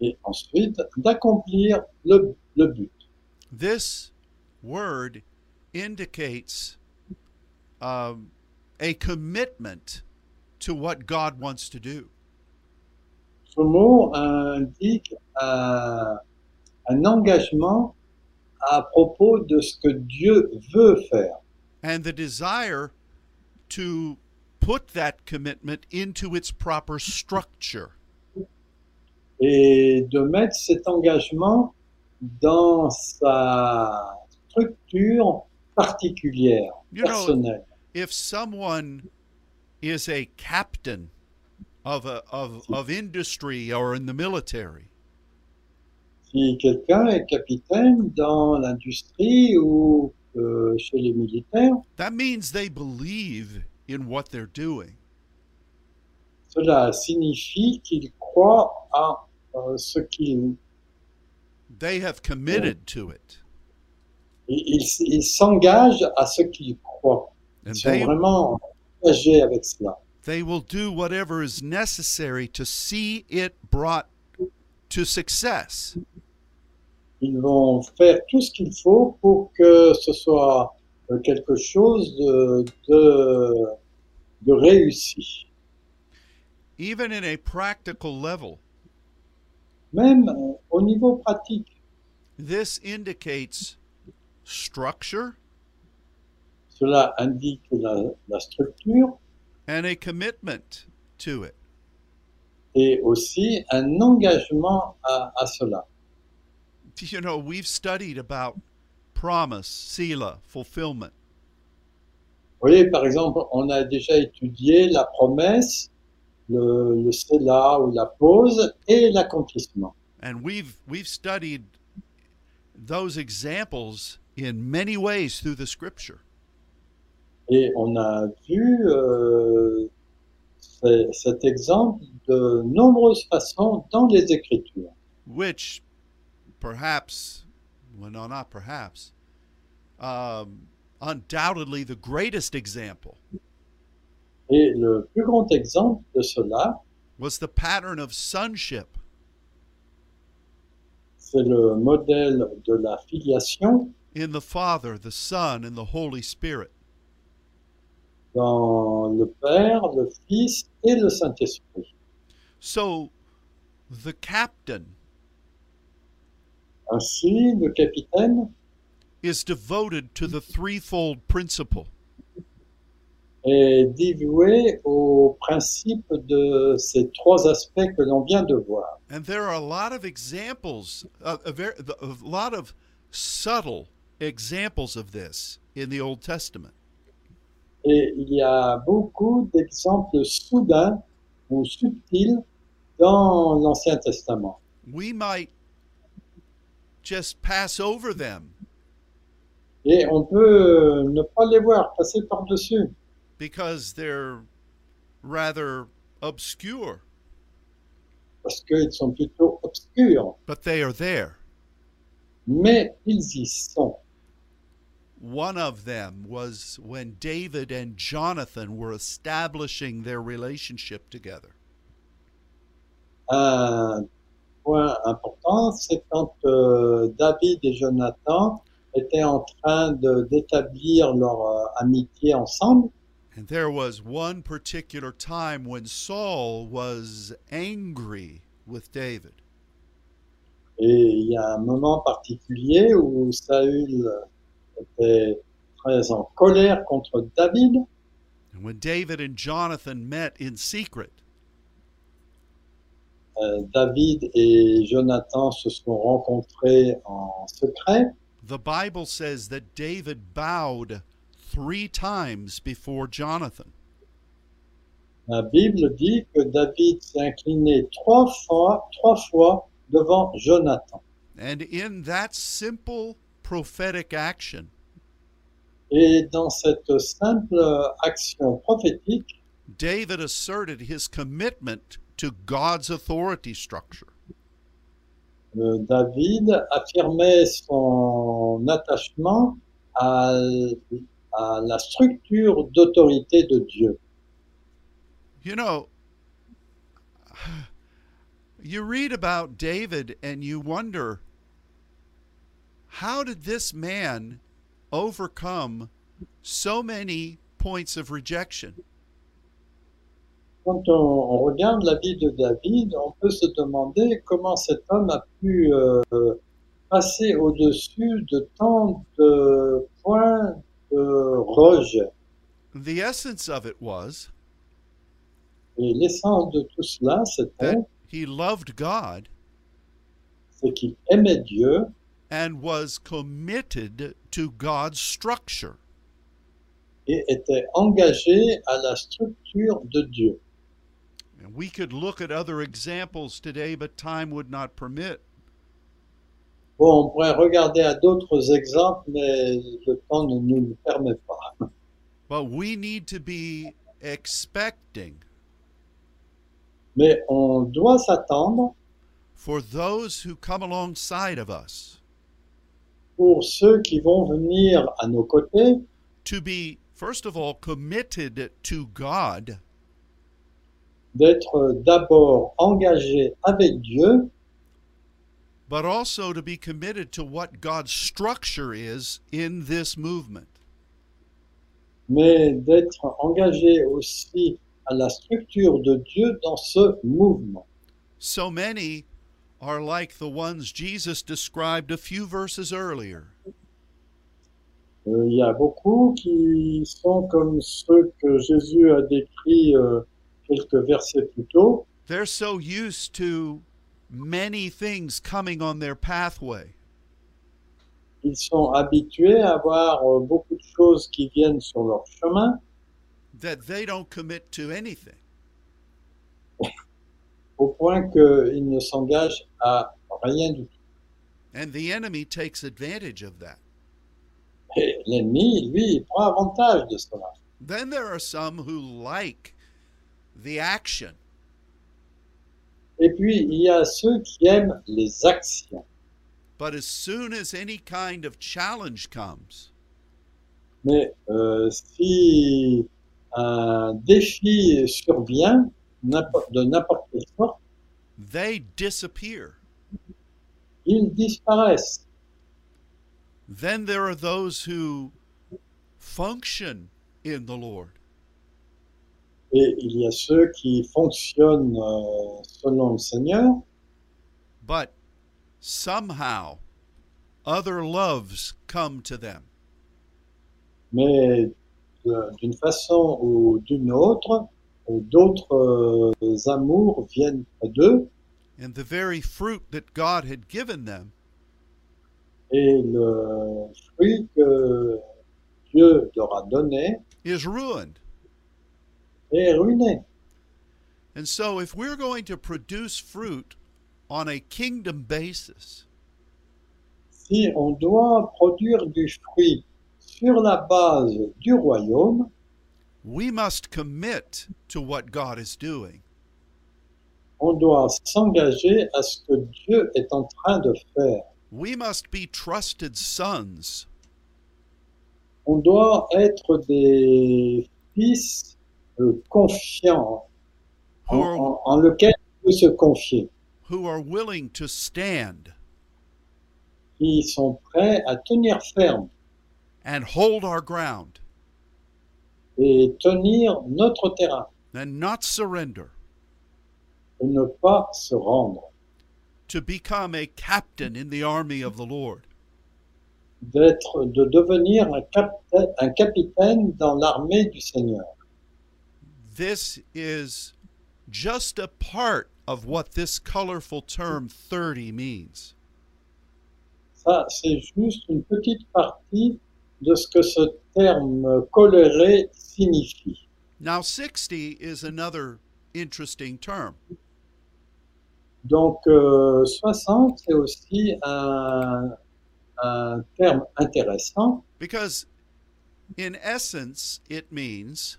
[SPEAKER 2] et ensuite d'accomplir le, le but.
[SPEAKER 1] This word indicates um, a commitment to what God wants to do.
[SPEAKER 2] Ce mot euh, indique un, un engagement à propos de ce que Dieu veut faire
[SPEAKER 1] And the desire to put that commitment into its proper structure.
[SPEAKER 2] et de mettre cet engagement dans sa structure particulière,
[SPEAKER 1] You know-
[SPEAKER 2] personnelle.
[SPEAKER 1] If someone is a captain of, a, of, of industry or in the military,
[SPEAKER 2] Si quelqu'un est capitaine dans l'industrie ou euh, chez les militaires,
[SPEAKER 1] that means they believe in what they're doing.
[SPEAKER 2] cela signifie qu'il croit à euh, ce qu'il
[SPEAKER 1] They have committed to it.
[SPEAKER 2] il, il- il s'engage à ce qu'il croit.
[SPEAKER 1] And
[SPEAKER 2] Ils sont
[SPEAKER 1] they,
[SPEAKER 2] vraiment engagés avec cela.
[SPEAKER 1] they will do whatever is necessary to see it brought to success.
[SPEAKER 2] Ils vont faire tout ce qu'il faut pour que ce soit euh, quelque chose de, de, de réussi.
[SPEAKER 1] Even in a practical level,
[SPEAKER 2] Même euh, au niveau pratique,
[SPEAKER 1] this indicates structure
[SPEAKER 2] cela indique la, la structure
[SPEAKER 1] and a commitment to it.
[SPEAKER 2] et aussi un engagement à, à cela.
[SPEAKER 1] You know, we've studied about promise, sila, fulfillment.
[SPEAKER 2] Vous voyez, par exemple, on a déjà étudié la promesse, le, le cela ou la pause et l'accomplissement.
[SPEAKER 1] And we've we've studied those examples in many ways through the scripture.
[SPEAKER 2] Et on a vu euh, ce- cet exemple de nombreuses façons dans les Écritures,
[SPEAKER 1] which perhaps, well, no, not perhaps, um, undoubtedly the greatest example
[SPEAKER 2] et le plus grand exemple de cela,
[SPEAKER 1] was the pattern of sonship.
[SPEAKER 2] c'est le modèle de la filiation
[SPEAKER 1] In the Father, the Son, and the Holy Spirit.
[SPEAKER 2] dans le Père, le Fils et le Saint-Esprit.
[SPEAKER 1] So, the captain
[SPEAKER 2] Ainsi, le capitaine
[SPEAKER 1] is devoted to the threefold principle
[SPEAKER 2] est dévoué au principe de ces trois aspects que l'on vient de voir.
[SPEAKER 1] And there are a lot of examples, a, a, ver- the- a lot of subtle examples of this in the Old Testament.
[SPEAKER 2] Et il y a beaucoup d'exemples soudains ou subtils dans l'Ancien Testament.
[SPEAKER 1] we might just pass over them
[SPEAKER 2] Et on peut euh, ne pas les voir passer par-dessus
[SPEAKER 1] because they're rather obscure,
[SPEAKER 2] parce qu'ils sont plutôt obscurs,
[SPEAKER 1] but they are there.
[SPEAKER 2] mais ils y sont.
[SPEAKER 1] One of them was when David and Jonathan were establishing their relationship together.
[SPEAKER 2] Un point important, c'est quand euh, David et Jonathan étaient en train de- d'établir leur euh, amitié ensemble.
[SPEAKER 1] And there was one particular time when Saul was angry with David.
[SPEAKER 2] Et il y a un moment particulier où Saül était très en colère contre David.
[SPEAKER 1] And when David and Jonathan met in secret,
[SPEAKER 2] Euh, David et Jonathan se sont rencontrés en secret.
[SPEAKER 1] The Bible says that David bowed three times before Jonathan.
[SPEAKER 2] La Bible dit que David s'est incliné trois fois, trois fois devant Jonathan.
[SPEAKER 1] And in that simple prophetic action,
[SPEAKER 2] Et dans cette simple action prophétique,
[SPEAKER 1] David asserted his commitment to God's authority structure.
[SPEAKER 2] euh, David affirmait son attachement à, à la structure d'autorité de Dieu.
[SPEAKER 1] You know, you read about David and you wonder how did this man overcome so many points of rejection?
[SPEAKER 2] Quand on, on regarde la vie de David, on peut se demander comment cet homme a pu euh, passer au-dessus de tant de points de rejet.
[SPEAKER 1] The essence of it was
[SPEAKER 2] Et l'essence de tout cela, c'était
[SPEAKER 1] that he loved God
[SPEAKER 2] c'est qu'il aimait Dieu
[SPEAKER 1] and was committed to God's structure.
[SPEAKER 2] et était engagé à la structure de Dieu.
[SPEAKER 1] And we could look at other examples today, but time would not permit.
[SPEAKER 2] Bon, on pourrait regarder à d'autres exemples, mais le temps ne nous le permet pas.
[SPEAKER 1] But we need to be expecting
[SPEAKER 2] Mais on doit s'attendre
[SPEAKER 1] for those who come alongside of us
[SPEAKER 2] pour ceux qui vont venir à nos côtés
[SPEAKER 1] to be, first of all, committed to God
[SPEAKER 2] d'être d'abord engagés avec Dieu,
[SPEAKER 1] but also to be committed to what God's structure is in this movement.
[SPEAKER 2] mais d'être engagés aussi à la structure de Dieu dans ce mouvement.
[SPEAKER 1] So many are like the ones Jesus described a few verses earlier.
[SPEAKER 2] Euh, Il y a beaucoup qui sont comme ceux que Jésus a décrits euh, quelques versets plus tôt,
[SPEAKER 1] They're so used to many things coming on their pathway.
[SPEAKER 2] Ils sont habitués à avoir euh, beaucoup de choses qui viennent sur leur chemin,
[SPEAKER 1] that they don't commit to anything.
[SPEAKER 2] au point qu'ils ne s'engagent à rien du tout.
[SPEAKER 1] And the enemy takes advantage of that.
[SPEAKER 2] Et l'ennemi, lui, il prend avantage de cela.
[SPEAKER 1] Then there are some who like the action.
[SPEAKER 2] Et puis, il y a ceux qui aiment les actions.
[SPEAKER 1] But as soon as any kind of challenge comes,
[SPEAKER 2] Mais euh, si un défi survient, n'importe- de n'importe quelle sorte,
[SPEAKER 1] they disappear.
[SPEAKER 2] ils disparaissent.
[SPEAKER 1] Then there are those who function in the Lord.
[SPEAKER 2] Et il y a ceux qui fonctionnent euh, selon le Seigneur,
[SPEAKER 1] But somehow other loves come to them.
[SPEAKER 2] mais de- d'une façon ou d'une autre, euh, d'autres euh, amours viennent à d'eux
[SPEAKER 1] And the very fruit that God had given them
[SPEAKER 2] et le fruit que Dieu leur a donné
[SPEAKER 1] is ruined.
[SPEAKER 2] est ruiné.
[SPEAKER 1] And so, if we're going to produce fruit on a kingdom basis,
[SPEAKER 2] Si on doit produire du fruit sur la base du royaume,
[SPEAKER 1] we must commit to what God is doing.
[SPEAKER 2] on doit s'engager à ce que Dieu est en train de faire.
[SPEAKER 1] We must be trusted sons
[SPEAKER 2] On doit être des fils euh, confiants en,
[SPEAKER 1] who are,
[SPEAKER 2] en- en lequel on peut se confier,
[SPEAKER 1] who are willing to stand
[SPEAKER 2] qui sont prêts à tenir ferme
[SPEAKER 1] and hold our ground
[SPEAKER 2] et tenir notre terrain
[SPEAKER 1] and not surrender
[SPEAKER 2] et ne pas se rendre,
[SPEAKER 1] to become a captain in the army of the Lord.
[SPEAKER 2] d'être, de devenir un capitaine, un capitaine dans l'armée du Seigneur.
[SPEAKER 1] This is just a part of what this colorful term 30 means.
[SPEAKER 2] Ça, c'est juste une petite partie de ce que ce terme coloré signifie.
[SPEAKER 1] Now, 60 is another interesting term.
[SPEAKER 2] Donc, euh, 60, c'est aussi un, un terme intéressant
[SPEAKER 1] because in essence it means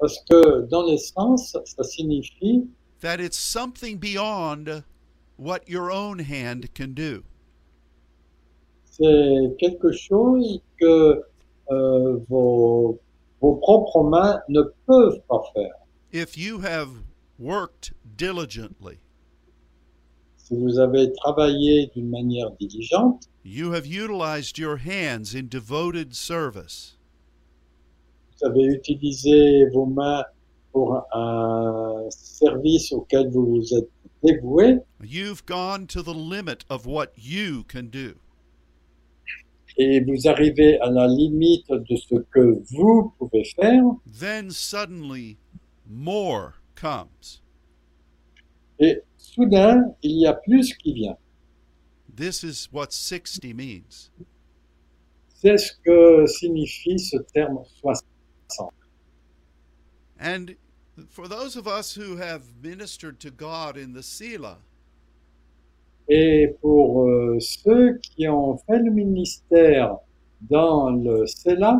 [SPEAKER 2] parce que dans l'essence, ça signifie
[SPEAKER 1] that it's something beyond what your own hand can do.
[SPEAKER 2] c'est quelque chose que euh, vos, vos propres mains ne peuvent pas faire.
[SPEAKER 1] If you have worked diligently,
[SPEAKER 2] Si vous avez travaillé d'une manière diligente,
[SPEAKER 1] you have utilized your hands in devoted service.
[SPEAKER 2] vous avez utilisé vos mains pour un service auquel vous vous êtes dévoué,
[SPEAKER 1] You've gone to the limit of what you can do.
[SPEAKER 2] et vous arrivez à la limite de ce que vous pouvez faire,
[SPEAKER 1] Then suddenly more comes.
[SPEAKER 2] et soudain, il y a plus qui vient.
[SPEAKER 1] This is what 60 means.
[SPEAKER 2] C'est ce que signifie ce terme 60.
[SPEAKER 1] And for those of us who have ministered to God in the Sila,
[SPEAKER 2] Et pour euh, ceux qui ont fait le ministère dans le CELA,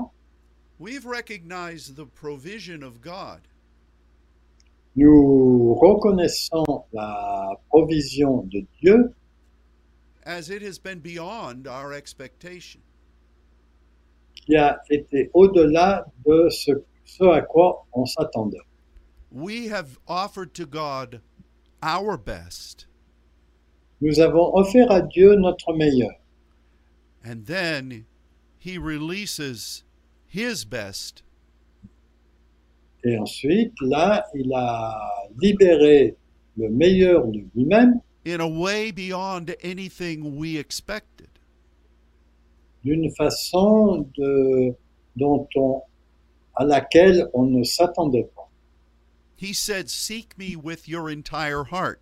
[SPEAKER 1] we've recognized the provision of God.
[SPEAKER 2] nous reconnaissons la provision de Dieu
[SPEAKER 1] as it has been beyond our expectation.
[SPEAKER 2] qui a été au-delà de ce, ce à quoi on s'attendait.
[SPEAKER 1] We have offered to God our best,
[SPEAKER 2] Nous avons offert à Dieu notre meilleur.
[SPEAKER 1] and then He releases His best
[SPEAKER 2] Et ensuite, là, il a libéré le meilleur de lui-même
[SPEAKER 1] in a way beyond anything we expected.
[SPEAKER 2] d'une façon de, dont on, à laquelle on ne s'attendait pas.
[SPEAKER 1] He said, Seek me with your entire heart.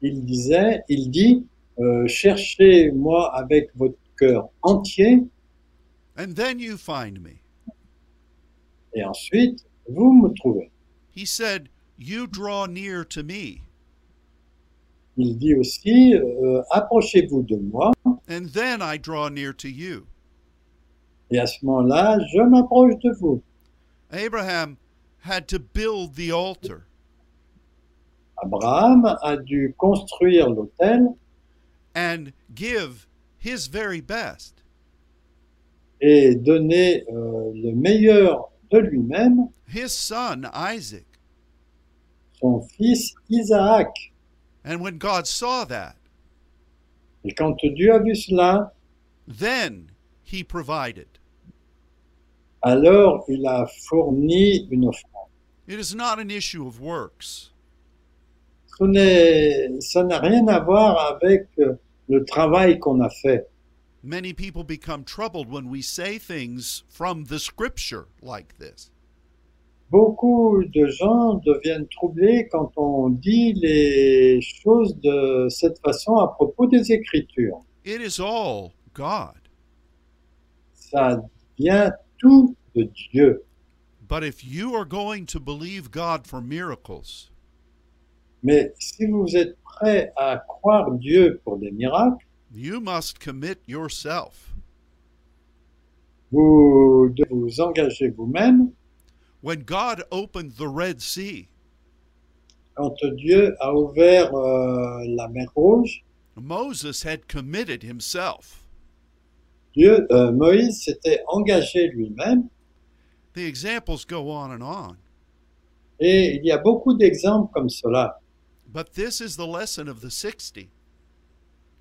[SPEAKER 2] il disait, il dit, euh, cherchez-moi avec votre cœur entier,
[SPEAKER 1] And then you find me.
[SPEAKER 2] et ensuite vous me trouvez.
[SPEAKER 1] He said, You draw near to me,
[SPEAKER 2] Il dit aussi, euh, approchez-vous de moi,
[SPEAKER 1] and then I draw near to you.
[SPEAKER 2] et à ce moment-là, je m'approche de vous.
[SPEAKER 1] Abraham had to build the altar,
[SPEAKER 2] Abraham a dû construire l'autel
[SPEAKER 1] and give his very best.
[SPEAKER 2] et donner euh, le meilleur de lui-même,
[SPEAKER 1] his son Isaac.
[SPEAKER 2] son fils Isaac.
[SPEAKER 1] And when God saw that,
[SPEAKER 2] Et quand Dieu a vu cela,
[SPEAKER 1] then he provided.
[SPEAKER 2] alors il a fourni une offrande.
[SPEAKER 1] It is not an issue of works.
[SPEAKER 2] Ce n'est- ça n'a rien à voir avec euh, le travail qu'on a fait.
[SPEAKER 1] Many people become troubled when we say things from the scripture like this.
[SPEAKER 2] Beaucoup de gens deviennent troublés quand on dit les choses de cette façon à propos des Écritures.
[SPEAKER 1] It is all God.
[SPEAKER 2] Ça vient tout de Dieu.
[SPEAKER 1] But if you are going to believe God for miracles,
[SPEAKER 2] Mais si vous êtes prêt à croire Dieu pour des miracles,
[SPEAKER 1] you must commit yourself.
[SPEAKER 2] vous devez vous engager vous-même.
[SPEAKER 1] When God opened the Red Sea,
[SPEAKER 2] Quand Dieu a ouvert euh, la mer Rouge,
[SPEAKER 1] Moses had committed himself.
[SPEAKER 2] Dieu, euh, Moïse s'était engagé lui-même.
[SPEAKER 1] The examples go on and on.
[SPEAKER 2] Et il y a beaucoup d'exemples comme cela.
[SPEAKER 1] But this is the lesson of the 60.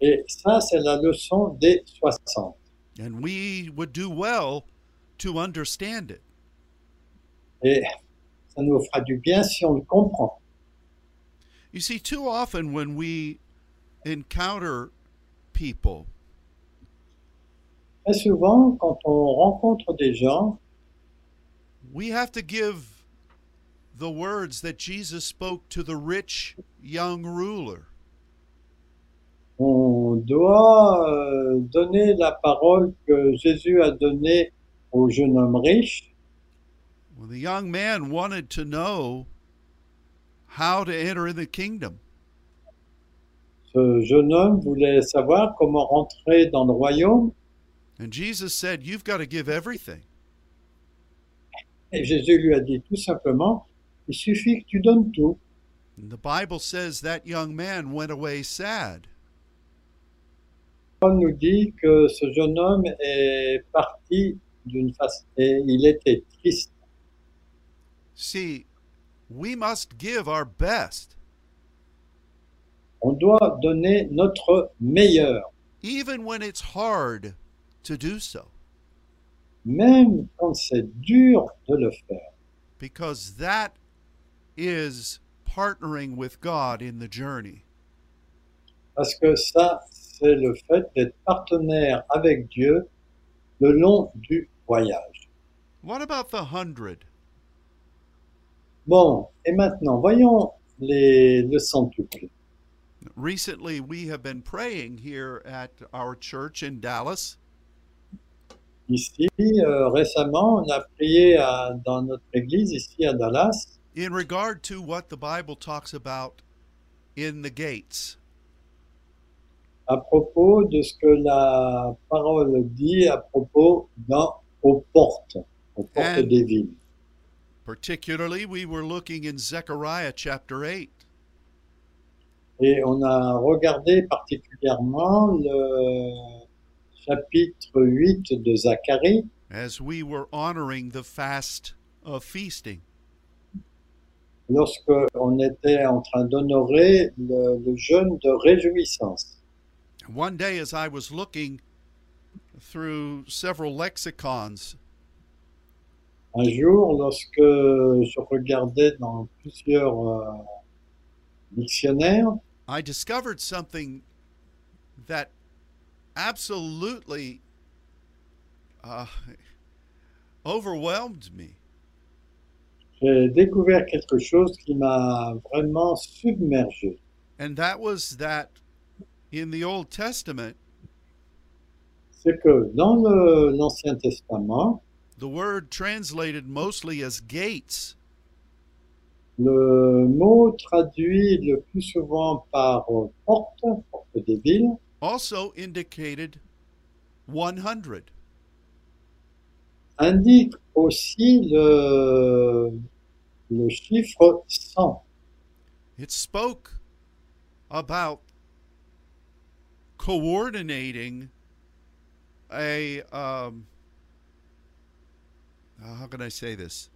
[SPEAKER 2] Et ça, c'est la leçon des 60.
[SPEAKER 1] and we would do well to understand it.
[SPEAKER 2] Et ça nous fera du bien si on le comprend.
[SPEAKER 1] You see, too often when we encounter people,
[SPEAKER 2] Très souvent, quand on rencontre des gens,
[SPEAKER 1] we have to give the words that Jesus spoke to the rich young ruler.
[SPEAKER 2] on doit euh, donner la parole que Jésus a donnée au jeune homme riche.
[SPEAKER 1] When the young man wanted to know how to enter in the kingdom,
[SPEAKER 2] ce jeune homme voulait savoir comment rentrer dans le royaume.
[SPEAKER 1] And Jesus said, You've got to give everything.
[SPEAKER 2] Et Jésus lui a dit tout simplement, il suffit que tu donnes tout.
[SPEAKER 1] And the Bible says that young man went away sad.
[SPEAKER 2] Paul nous dit que ce jeune homme est parti d'une façon et il était triste.
[SPEAKER 1] See, we must give our best,
[SPEAKER 2] On doit donner notre meilleur,
[SPEAKER 1] even when it's hard to do so,
[SPEAKER 2] même quand c'est dur de le faire,
[SPEAKER 1] because that is partnering with God in the journey.
[SPEAKER 2] parce que ça, c'est le fait d'être partenaire avec Dieu le long du voyage.
[SPEAKER 1] What about the hundred?
[SPEAKER 2] Bon, et maintenant, voyons les, le centuple.
[SPEAKER 1] Recently, we have been praying here at our church in Dallas
[SPEAKER 2] Ici, euh, récemment, on a prié à- dans notre église, ici à Dallas,
[SPEAKER 1] in regard to what the Bible talks about in the gates.
[SPEAKER 2] à propos de ce que la parole dit à propos dans, aux portes, aux portes
[SPEAKER 1] Amen.
[SPEAKER 2] des villes.
[SPEAKER 1] Particularly, we were looking in Zechariah chapter 8.
[SPEAKER 2] Et on a regardé particulièrement le chapitre 8 de Zacharie,
[SPEAKER 1] as we were honoring the fast of feasting.
[SPEAKER 2] lorsque on était en train d'honorer le, le jeûne de réjouissance.
[SPEAKER 1] One day, as I was looking through several lexicons,
[SPEAKER 2] Un jour, lorsque je regardais dans plusieurs euh, dictionnaires,
[SPEAKER 1] I discovered something that absolutely uh, overwhelmed me.
[SPEAKER 2] j'ai découvert quelque chose qui m'a vraiment submergé.
[SPEAKER 1] And that was that in the Old Testament,
[SPEAKER 2] C'est que dans le- l'Ancien Testament,
[SPEAKER 1] the word translated mostly as gates
[SPEAKER 2] le mot traduit le plus souvent par euh, porte, porte des villes,
[SPEAKER 1] also indicated 100.
[SPEAKER 2] indique aussi le, le chiffre 100.
[SPEAKER 1] It spoke about coordinating a um, uh, how can I say this?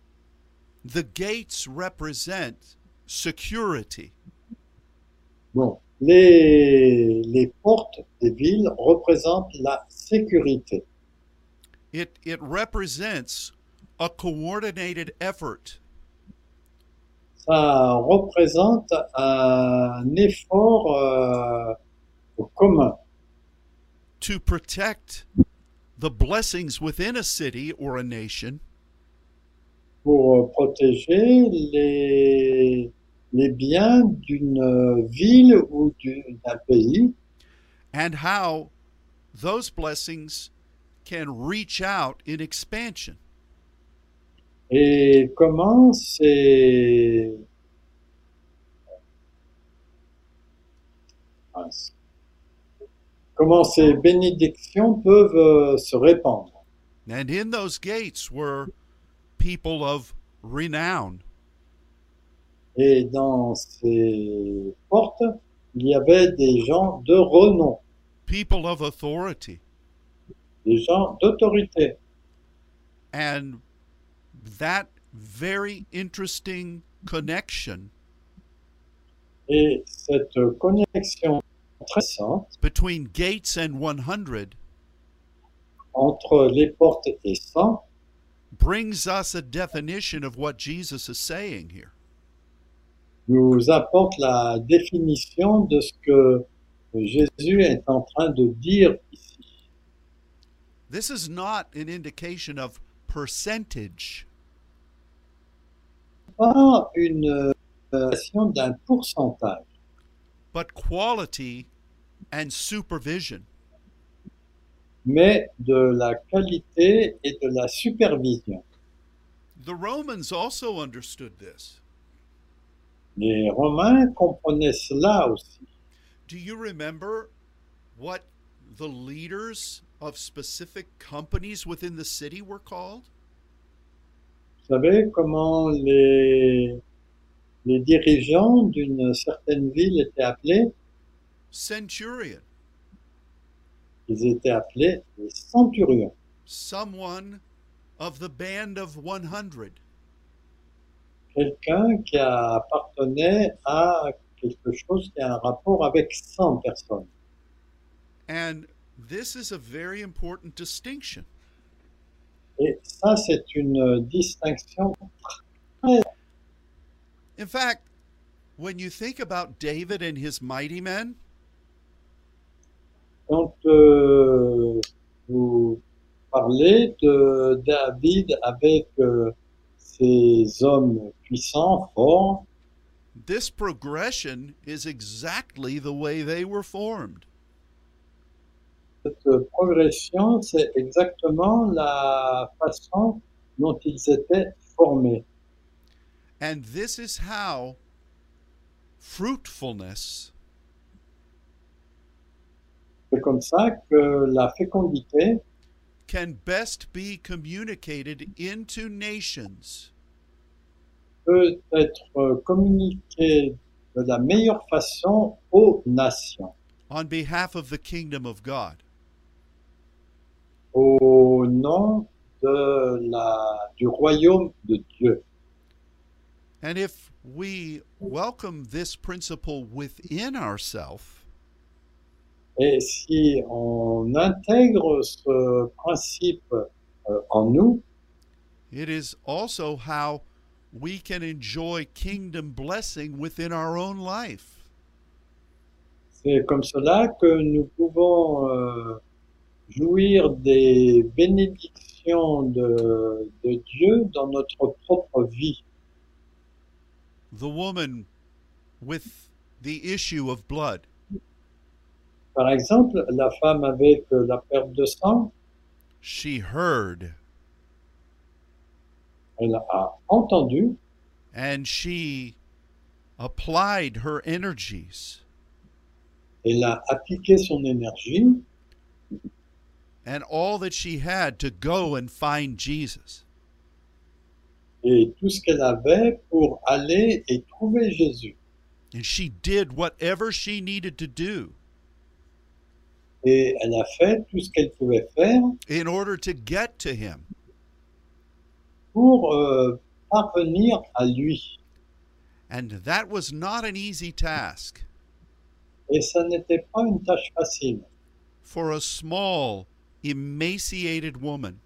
[SPEAKER 1] The gates represent security.
[SPEAKER 2] Bon, les, les portes des villes représentent la sécurité.
[SPEAKER 1] It it represents a coordinated effort
[SPEAKER 2] Ça représente un effort euh, commun
[SPEAKER 1] to protect the blessings within a city or a nation
[SPEAKER 2] pour euh, protéger les, les biens d'une euh, ville ou du- d'un pays
[SPEAKER 1] and how those blessings can reach out in expansion.
[SPEAKER 2] et comment ces, mince. comment ces bénédictions peuvent euh, se répandre.
[SPEAKER 1] And in those gates were people of renown,
[SPEAKER 2] Et dans ces portes, il y avait des gens de renom,
[SPEAKER 1] people of authority.
[SPEAKER 2] des gens d'autorité.
[SPEAKER 1] And that very interesting connection
[SPEAKER 2] Et cette connexion très sainte
[SPEAKER 1] between gates and 100
[SPEAKER 2] entre les portes et saint
[SPEAKER 1] brings us a definition of what Jesus is saying here.
[SPEAKER 2] nous apporte la définition de ce que Jésus est en train de dire ici.
[SPEAKER 1] This is not an indication of percentage,
[SPEAKER 2] Pas une euh, question d'un pourcentage,
[SPEAKER 1] but quality and supervision.
[SPEAKER 2] mais de la qualité et de la supervision.
[SPEAKER 1] The Romans also understood this.
[SPEAKER 2] Les Romains comprenaient cela aussi.
[SPEAKER 1] Do you remember what the leaders of specific companies within the city were called?
[SPEAKER 2] Vous savez comment les, les dirigeants d'une certaine ville étaient appelés
[SPEAKER 1] Centurion,
[SPEAKER 2] Ils étaient appelés les centurions,
[SPEAKER 1] someone of the band of 100.
[SPEAKER 2] quelqu'un qui appartenait à quelque chose qui a un rapport avec 100 personnes.
[SPEAKER 1] And this is a very important distinction.
[SPEAKER 2] Et ça, c'est une distinction.
[SPEAKER 1] In fact, when you think about David and his mighty men,
[SPEAKER 2] Quand euh, vous parlez de David avec euh, ses hommes puissants, forts,
[SPEAKER 1] this progression is exactly the way they were formed.
[SPEAKER 2] cette progression, c'est exactement la façon dont ils étaient formés.
[SPEAKER 1] And this is how fruitfulness
[SPEAKER 2] C'est comme ça que la fécondité
[SPEAKER 1] can best be communicated into nations.
[SPEAKER 2] peut être communiquée de la meilleure façon aux nations,
[SPEAKER 1] on behalf of the kingdom of God.
[SPEAKER 2] au nom de la, du royaume de Dieu.
[SPEAKER 1] And if we welcome this principle within ourselves,
[SPEAKER 2] Et si on intègre ce principe euh, en nous,
[SPEAKER 1] it is also how we can enjoy kingdom blessing within our own life.
[SPEAKER 2] c'est comme cela que nous pouvons euh, jouir des bénédictions de, de Dieu dans notre propre vie.
[SPEAKER 1] The woman with the issue of blood,
[SPEAKER 2] Par exemple, la femme avec euh, la perte de sang,
[SPEAKER 1] she heard
[SPEAKER 2] elle a entendu
[SPEAKER 1] and she applied her energies.
[SPEAKER 2] elle a appliqué son énergie
[SPEAKER 1] and all that she had to go and find Jesus.
[SPEAKER 2] et tout ce qu'elle avait pour aller et trouver Jésus.
[SPEAKER 1] And she did whatever she needed to do
[SPEAKER 2] Et elle a fait tout ce qu'elle pouvait faire
[SPEAKER 1] in order to get to him.
[SPEAKER 2] pour euh, parvenir à lui.
[SPEAKER 1] And that was not an easy task
[SPEAKER 2] Et ça n'était pas une tâche facile
[SPEAKER 1] for a small, emaciated woman.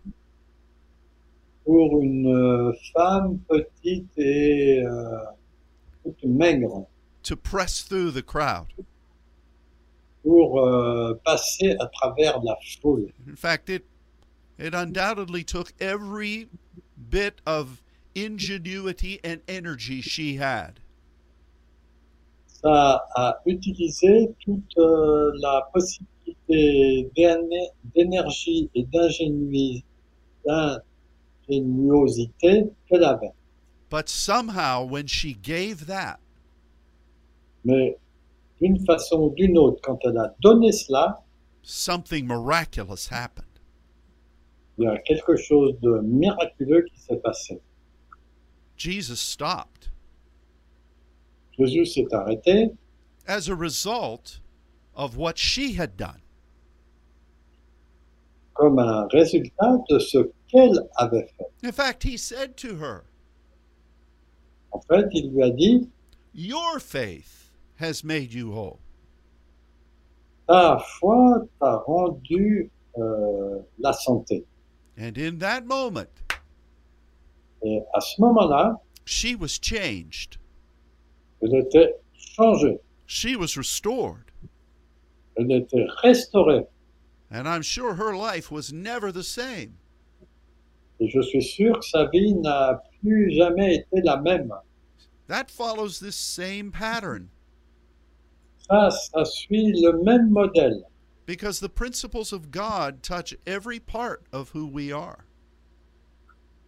[SPEAKER 2] pour une euh, femme petite et euh, toute maigre,
[SPEAKER 1] To press through the crowd.
[SPEAKER 2] pour euh, passer à travers la foule.
[SPEAKER 1] In fact, it, it undoubtedly took every bit of ingenuity and energy she had.
[SPEAKER 2] Ça a utilisé toute euh, la possibilité d'éne- d'énergie et d'ingénui- d'ingéniosité qu'elle avait.
[SPEAKER 1] But somehow, when she gave that,
[SPEAKER 2] Mais d'une façon ou d'une autre, quand elle a donné cela,
[SPEAKER 1] something miraculous happened.
[SPEAKER 2] Il y a quelque chose de miraculeux qui s'est passé.
[SPEAKER 1] Jesus stopped.
[SPEAKER 2] Jésus s'est arrêté
[SPEAKER 1] as a result of what she had done.
[SPEAKER 2] comme un résultat de ce qu'elle avait fait.
[SPEAKER 1] In fact, he said to her,
[SPEAKER 2] En fait, il lui a dit,
[SPEAKER 1] Your faith has made you whole.
[SPEAKER 2] ta foi t'a rendu euh, la santé.
[SPEAKER 1] And in that moment,
[SPEAKER 2] Et à ce moment-là,
[SPEAKER 1] she was changed.
[SPEAKER 2] elle était changée,
[SPEAKER 1] She was restored.
[SPEAKER 2] elle était restaurée.
[SPEAKER 1] And I'm sure her life was never the same.
[SPEAKER 2] Et je suis sûr que sa vie n'a plus jamais été la même.
[SPEAKER 1] That follows this same pattern
[SPEAKER 2] Ça, ça suit le même modèle.
[SPEAKER 1] because the principles of God touch every part of who we are.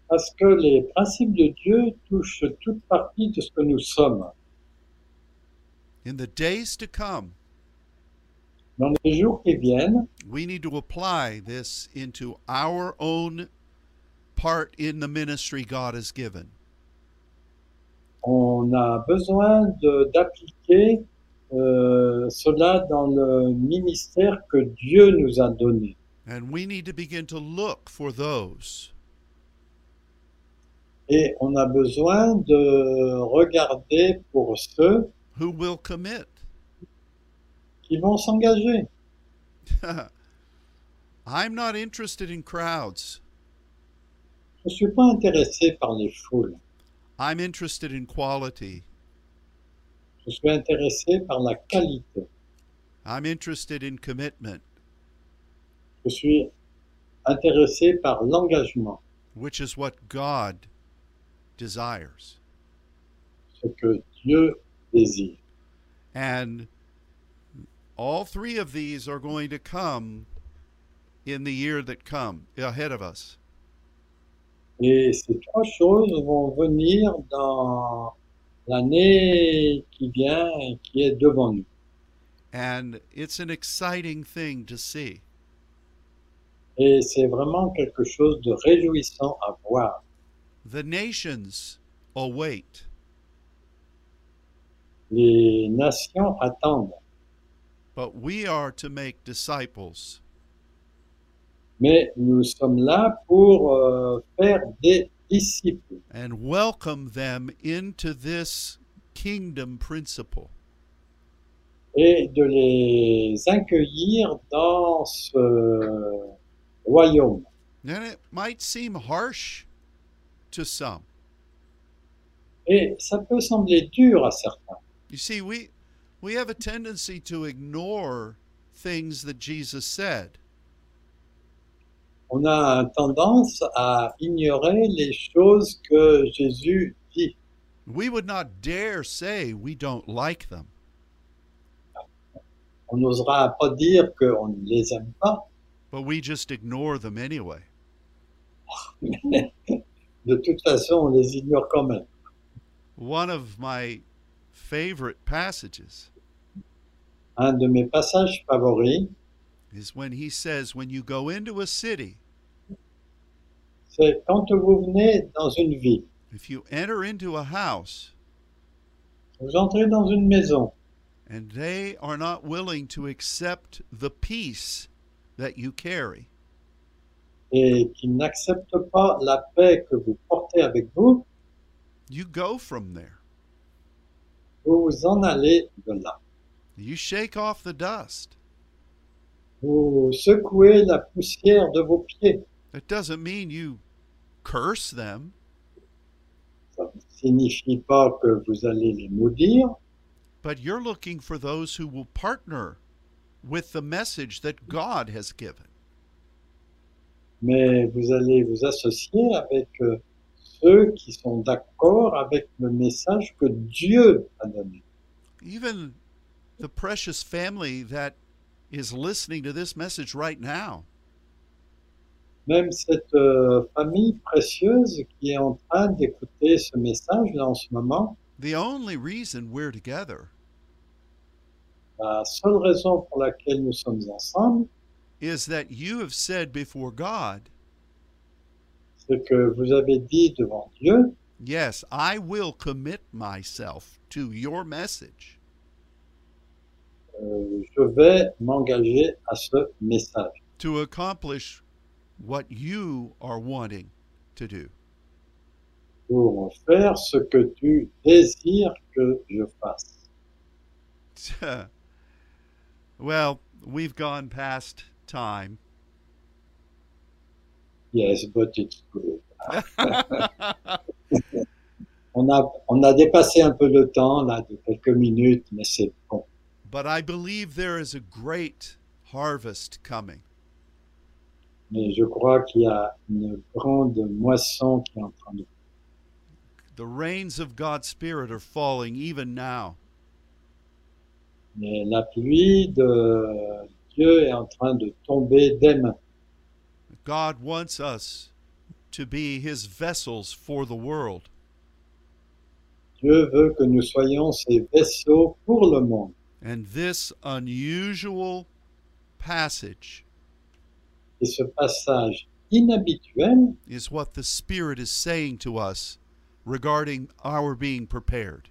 [SPEAKER 2] Parce que les principes de Dieu touchent toute partie de ce que nous sommes.
[SPEAKER 1] In the days to come,
[SPEAKER 2] dans les jours qui viennent,
[SPEAKER 1] We need to apply this into our own part in the ministry God has given.
[SPEAKER 2] on a besoin de- d'appliquer euh, cela dans le ministère que Dieu nous a donné.
[SPEAKER 1] And we need to begin to look for those
[SPEAKER 2] Et on a besoin de regarder pour ceux
[SPEAKER 1] who will commit.
[SPEAKER 2] qui vont s'engager.
[SPEAKER 1] I'm not interested in crowds.
[SPEAKER 2] Je ne suis pas intéressé par les foules,
[SPEAKER 1] I'm interested in quality.
[SPEAKER 2] je suis intéressé par la qualité.
[SPEAKER 1] I'm interested in commitment,
[SPEAKER 2] Je suis intéressé par l'engagement,
[SPEAKER 1] which is what God desires.
[SPEAKER 2] ce que Dieu désire.
[SPEAKER 1] And all three of these are going to come in the year that come ahead of us.
[SPEAKER 2] Et ces trois choses vont venir dans l'année qui vient et qui est devant nous.
[SPEAKER 1] And it's an exciting thing to see.
[SPEAKER 2] Et c'est vraiment quelque chose de réjouissant à voir.
[SPEAKER 1] The nations await.
[SPEAKER 2] Les nations attendent,
[SPEAKER 1] But we are to make disciples.
[SPEAKER 2] mais nous sommes là pour euh, faire des disciples
[SPEAKER 1] and welcome them into this kingdom principle.
[SPEAKER 2] et de les accueillir dans ce royaume.
[SPEAKER 1] And it might seem harsh to some.
[SPEAKER 2] Et ça peut sembler dur à certains.
[SPEAKER 1] You see, we we have a tendency to ignore things that Jesus said.
[SPEAKER 2] On a tendance à ignorer les choses que Jésus dit.
[SPEAKER 1] We would not dare say we don't like them.
[SPEAKER 2] On n'osera pas dire qu'on ne les aime pas,
[SPEAKER 1] But we just ignore them anyway.
[SPEAKER 2] mais de toute façon, on les ignore quand même.
[SPEAKER 1] One of my favorite passages
[SPEAKER 2] Un de mes passages favoris,
[SPEAKER 1] is when he says, When you go into a city,
[SPEAKER 2] c'est quand vous venez dans une ville,
[SPEAKER 1] if you enter into a house
[SPEAKER 2] vous entrez dans une maison
[SPEAKER 1] and they are not willing to accept the peace that you carry,
[SPEAKER 2] et qui n'accepte pas la paix que vous portez avec vous,
[SPEAKER 1] you go from there.
[SPEAKER 2] vous vous en allez de là.
[SPEAKER 1] You shake off the dust.
[SPEAKER 2] Vous secouez la poussière de vos pieds.
[SPEAKER 1] That doesn't mean you curse them,
[SPEAKER 2] Ça ne signifie pas que vous allez les maudire,
[SPEAKER 1] but you're looking for those who will partner with the message that God has given.
[SPEAKER 2] mais vous allez vous associer avec euh, ceux qui sont d'accord avec le message que Dieu a donné.
[SPEAKER 1] Even the precious family that is listening to this message right now,
[SPEAKER 2] Même cette euh, famille précieuse qui est en train d'écouter ce message là en ce moment,
[SPEAKER 1] the only reason we're together
[SPEAKER 2] la seule raison pour laquelle nous sommes ensemble,
[SPEAKER 1] is that you have said before God,
[SPEAKER 2] c'est que vous avez dit devant Dieu,
[SPEAKER 1] Yes, I will commit myself to your message.
[SPEAKER 2] euh, je vais m'engager à ce message
[SPEAKER 1] to accomplish what you are wanting to do.
[SPEAKER 2] pour faire ce que tu désires que je fasse.
[SPEAKER 1] well, we've gone past time.
[SPEAKER 2] Yes, but it's good. On a, on a dépassé un peu le temps, là, de quelques minutes, mais c'est bon.
[SPEAKER 1] but I believe there is a great harvest coming.
[SPEAKER 2] Mais je crois qu'il y a une grande moisson qui est en train de...
[SPEAKER 1] The rains of God's Spirit are falling even now.
[SPEAKER 2] Mais la pluie de Dieu est en train de tomber dès maintenant.
[SPEAKER 1] God wants us to be his vessels for the world.
[SPEAKER 2] Dieu veut que nous soyons ses vaisseaux pour le monde.
[SPEAKER 1] And this unusual passage
[SPEAKER 2] Et ce passage inhabituel
[SPEAKER 1] is what the Spirit is saying to us regarding our being prepared.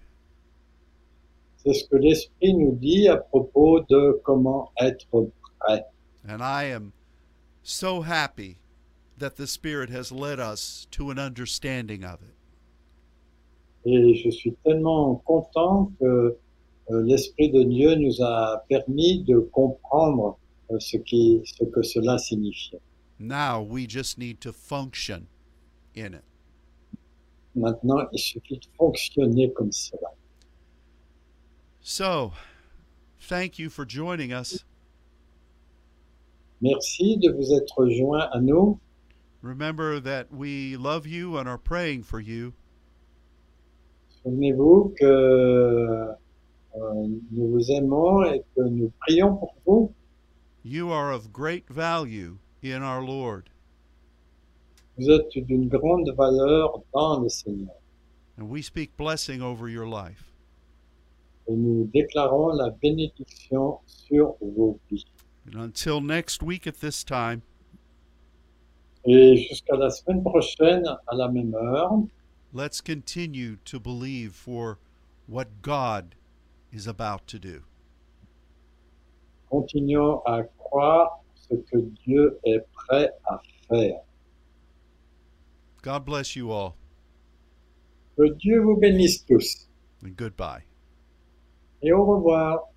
[SPEAKER 2] C'est ce que l'Esprit nous dit à propos de comment être prêt.
[SPEAKER 1] And I am so happy that the Spirit has led us to an understanding of it.
[SPEAKER 2] Et je suis tellement content que euh, l'Esprit de Dieu nous a permis de comprendre euh, ce, qui, ce que cela signifiait.
[SPEAKER 1] Now we just need to function in it.
[SPEAKER 2] Maintenant, il suffit de fonctionner comme cela.
[SPEAKER 1] So, thank you for joining us.
[SPEAKER 2] Merci de vous être joints à nous.
[SPEAKER 1] Remember that we love you and are praying for you.
[SPEAKER 2] Souvenez-vous que euh, nous vous aimons et que nous prions pour vous.
[SPEAKER 1] You are of great value in our Lord,
[SPEAKER 2] Vous êtes d'une grande valeur dans le Seigneur.
[SPEAKER 1] and we speak blessing over your life.
[SPEAKER 2] Et nous déclarons la bénédiction sur vos vies.
[SPEAKER 1] And until next week at this time,
[SPEAKER 2] Et jusqu'à la semaine prochaine, à la même heure,
[SPEAKER 1] let's continue to believe for what God is about to do.
[SPEAKER 2] continuons à croire ce que Dieu est prêt à faire.
[SPEAKER 1] God bless you all,
[SPEAKER 2] Que Dieu vous bénisse tous.
[SPEAKER 1] and goodbye.
[SPEAKER 2] Et au revoir.